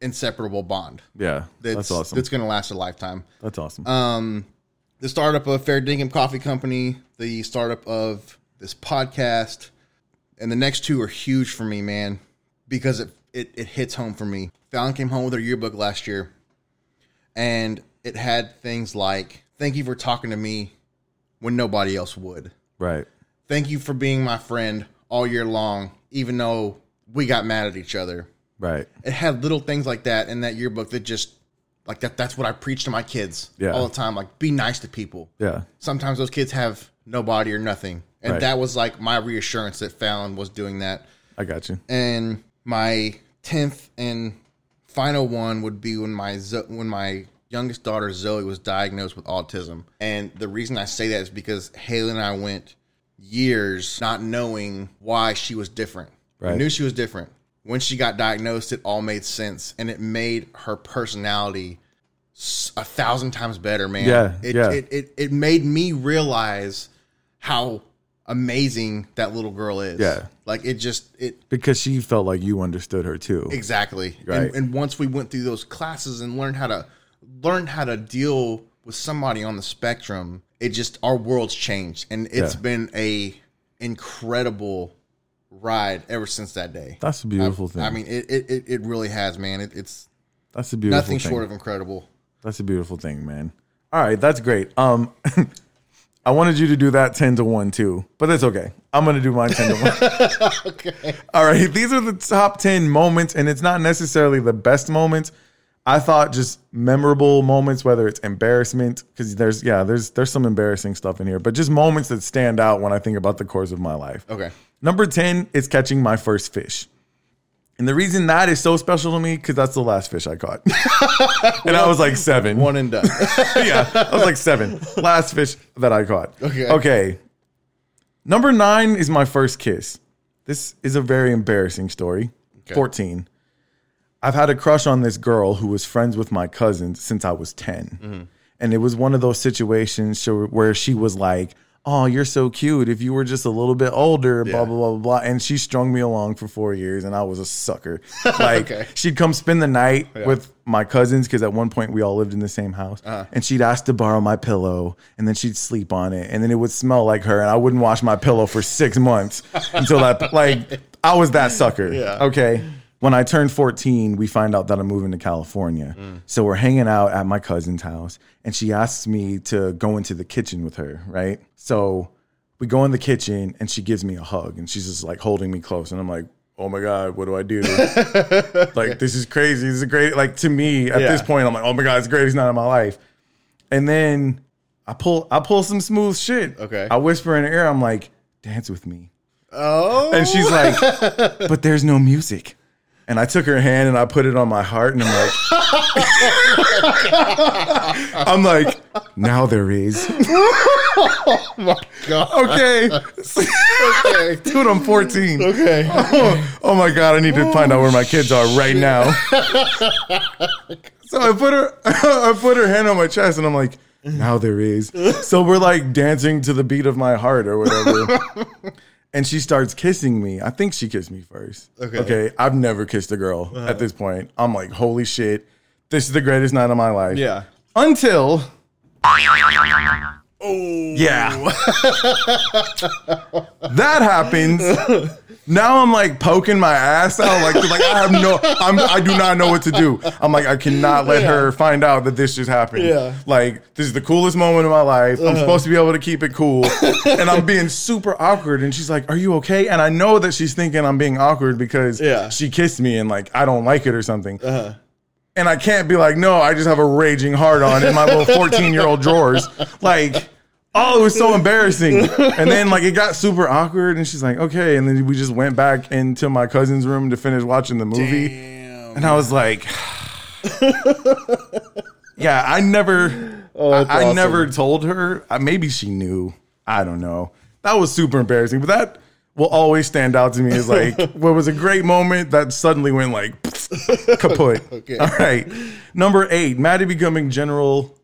S4: inseparable bond.
S3: Yeah.
S4: That's,
S3: That's awesome.
S4: That's going to last a lifetime.
S3: That's awesome.
S4: Um, the startup of Fair Dingham Coffee Company, the startup of this podcast, and the next two are huge for me, man, because it it, it hits home for me. Fallon came home with her yearbook last year, and it had things like "Thank you for talking to me when nobody else would."
S3: right.
S4: Thank you for being my friend all year long, even though we got mad at each other
S3: Right.
S4: it had little things like that in that yearbook that just like that that's what I preach to my kids
S3: Yeah.
S4: all the time like be nice to people.
S3: Yeah.
S4: Sometimes those kids have nobody or nothing. And
S3: Right.
S4: that was like my reassurance that Fallon was doing that.
S3: I got you.
S4: And my 10th and final one would be when my Zo- when my youngest daughter Zoe was diagnosed with autism. And the reason I say that is because Haley and I went years not knowing why she was different.
S3: Right.
S4: We knew she was different. When she got diagnosed, it all made sense, and it made her personality s- a thousand times better, man.
S3: Yeah,
S4: it,
S3: yeah.
S4: It, it it made me realize how amazing that little girl is.
S3: Yeah.
S4: like it just it
S3: Because she felt like you understood her too.
S4: Exactly.
S3: Right.
S4: And, and once we went through those classes and learned how to learn how to deal with somebody on the spectrum, it just our world's changed, and it's
S3: Yeah.
S4: been a incredible ride ever since that day.
S3: That's a beautiful thing.
S4: I mean, it it, it- it really has, man. It, it's
S3: that's a beautiful
S4: nothing
S3: thing.
S4: short of incredible.
S3: That's a beautiful thing, man. All right, that's great. Um, I wanted you to do that ten to one too, but that's okay. I'm gonna do mine ten to one. okay. All right, these are the top ten moments, and it's not necessarily the best moments. I thought just memorable moments, whether it's embarrassment, because there's yeah, there's there's some embarrassing stuff in here, but just moments that stand out when I think about the course of my life.
S4: Okay.
S3: Number 10 is catching my first fish. And the reason that is so special to me because that's the last fish I caught, and I was like seven.
S4: One and done.
S3: yeah, I was like seven. Last fish that I caught.
S4: Okay.
S3: Okay. Number nine is my first kiss. This is a very embarrassing story.
S4: Okay.
S3: 14. I've had a crush on this girl who was friends with my cousin since I was 10.
S4: Mm-hmm.
S3: And it was one of those situations so- where she was like, Oh, you're so cute. If you were just a little bit older, blah,
S4: Yeah.
S3: blah, blah, blah, blah. And she strung me along for four years and I was a sucker. Like,
S4: Okay.
S3: she'd come spend the night with my cousins because at one point we all lived in the same house
S4: Uh-huh.
S3: and she'd ask to borrow my pillow and then she'd sleep on it and then it would smell like her and i wouldn't wash my pillow for six months until that like i was that sucker
S4: Yeah.
S3: okay when i turned 14 we find out that i'm moving to california so we're hanging out at my cousin's house and she asks me to go into the kitchen with her right so we go in the kitchen and she gives me a hug and she's just like holding me close and i'm like oh my god what do i do like this is crazy. This is great. Like to me at
S4: Yeah.
S3: this point, I'm like, oh my god, it's the greatest night of my life. And then I pull, I pull some smooth shit.
S4: Okay.
S3: I whisper in her ear, I'm like, dance with me.
S4: Oh.
S3: And she's like, but there's no music. And I took her hand and I put it on my heart and I'm like, I'm like, now there is.
S4: Oh God.
S3: Okay.
S4: Okay.
S3: Dude, I'm 14.
S4: Okay.
S3: oh my god, I need to find out where my kids are right now. so I put her I put her hand on my chest and I'm like, now there is. So we're like dancing to the beat of my heart or whatever. and she starts kissing me. I think she kissed me first.
S4: Okay.
S3: Okay. I've never kissed a girl at this point. I'm like, holy shit. This is the greatest night of my life.
S4: Yeah.
S3: Until
S4: Oh.
S3: yeah. that happens. Now I'm like poking my ass out. Like, 'cause, like I have no, I'm, I do not know what to do. I'm like, I cannot let her find out that this just happened.
S4: Yeah. Uh-huh.
S3: Like, this is the coolest moment of my life. I'm supposed to be able to keep it cool. and I'm being super awkward. And she's like, Are you okay? And I know that she's thinking I'm being awkward because
S4: Yeah.
S3: she kissed me and like, I don't like it or something. And I can't be like, No, I just have a raging heart on in my little 14 year old drawers. Like, Oh, it was so embarrassing. And then like it got super awkward and she's like, okay. And then we just went back into my cousin's room to finish watching the movie. And I was like, yeah, I never, I,
S4: Oh, that's
S3: I
S4: awesome.
S3: never told her. I, maybe she knew. I don't know. That was super embarrassing, but that will always stand out to me as like what was a great moment that suddenly went like kaput.
S4: Okay.
S3: All right, number eight, Maddie becoming general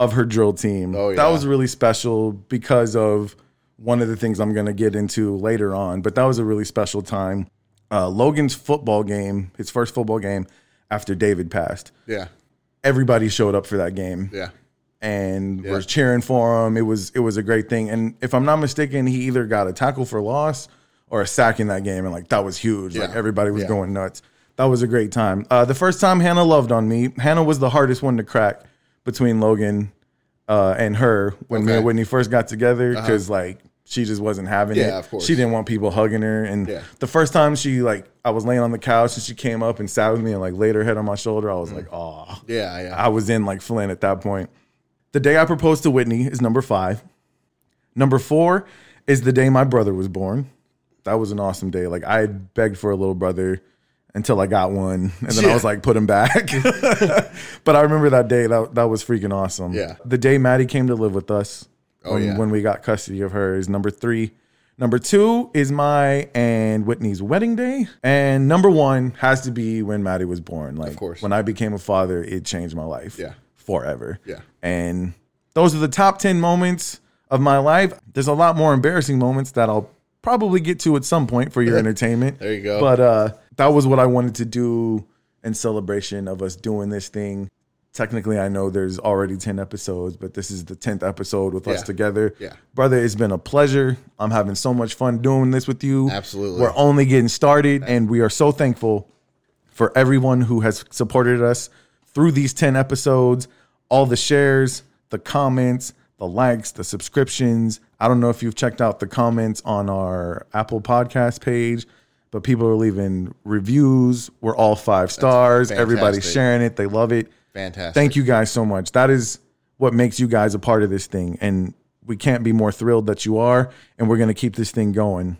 S3: of her drill team.
S4: Oh,
S3: That
S4: yeah.
S3: was really special because of one of the things I'm going to get into later on, but that was a really special time. Uh, Logan's football game, his first football game after David passed
S4: Yeah.
S3: everybody showed up for that game
S4: Yeah.
S3: and was cheering for him. It was it was a great thing. And if I'm not mistaken, he either got a tackle for loss or a sack in that game, and like that was huge. Like
S4: Yeah.
S3: everybody was
S4: Yeah.
S3: going nuts. That was a great time. Uh, the first time Hannah loved on me, Hannah was the hardest one to crack between Logan uh, and her when me
S4: Okay. Uh-huh.
S3: and Whitney first got together because like she just wasn't having it.
S4: Yeah, of course.
S3: She didn't want people hugging her. And
S4: Yeah.
S3: the first time she like I was laying on the couch and she came up and sat with me and like laid her head on my shoulder. I
S4: Mm.
S3: was like, oh.
S4: Yeah. Yeah.
S3: I was in like Flynn at that point. The day I proposed to Whitney is number five. Number four is the day my brother was born. That was an awesome day. Like I had begged for a little brother until I got one, and then I was like, put him back. but I remember that day. That that was freaking awesome.
S4: Yeah.
S3: The day Maddie came to live with us.
S4: Oh,
S3: when,
S4: yeah.
S3: when we got custody of her is number three. Number two is my and Whitney's wedding day, and number one has to be when Maddie was born. Like,
S4: course.
S3: when I became a father, it changed my life.
S4: Yeah.
S3: forever.
S4: Yeah.
S3: and those are the top ten moments of my life. There's a lot more embarrassing moments that I'll probably get to at some point for your entertainment.
S4: There you go.
S3: But uh, that was what I wanted to do in celebration of us doing this thing. Technically, I know there's already 10 episodes, but this is the 10th episode with us
S4: Yeah.
S3: together.
S4: Yeah.
S3: Brother, it's been a pleasure. I'm having so much fun doing this with you.
S4: Absolutely.
S3: We're only getting started, and we are so thankful for everyone who has supported us through these 10 episodes, all the shares, the comments, the likes, the subscriptions. I don't know if you've checked out the comments on our Apple podcast page, but people are leaving reviews. We're all five stars. Everybody's
S4: fantastic.
S3: sharing it. They love it.
S4: Fantastic.
S3: Thank you guys so much. That is what makes you guys a part of this thing. And we can't be more thrilled that you are. And we're going to keep this thing going.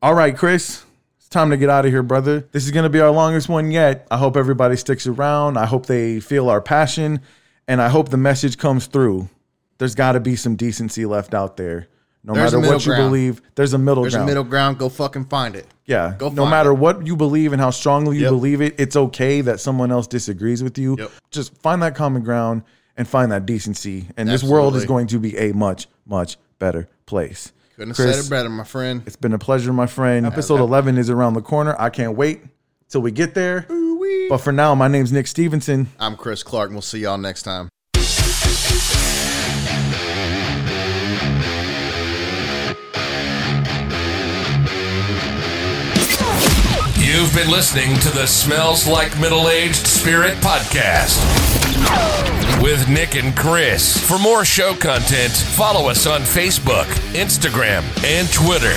S3: All right, Chris, it's It's time to get out of here, brother. This is going to be our longest one yet. I hope everybody sticks around. I hope they feel our passion, and I hope the message comes through. There's got to be some decency left out there. No
S4: There's a
S3: matter
S4: middle
S3: what you
S4: ground.
S3: believe, there's a middle
S4: There's
S3: ground.
S4: a middle ground. Go fucking find it.
S3: Yeah.
S4: Go
S3: no
S4: find
S3: matter
S4: it.
S3: what you believe and how strongly you
S4: Yep.
S3: believe it, it's okay that someone else disagrees with you.
S4: Yep.
S3: Just find that common ground and find that decency. And this world is
S4: Absolutely.
S3: going to be a much, much better place.
S4: Couldn't have
S3: Chris,
S4: said it better, my friend.
S3: It's been a pleasure, my friend. Episode 11 is around the corner. I can't wait till we get there. But for now, my name's Nick Stevenson.
S4: I'm Chris Clark, and we'll see y'all next time.
S1: You've been listening to the Smells Like Middle Aged Spirit podcast with Nick and Chris. For more show content, follow us on Facebook, Instagram, and Twitter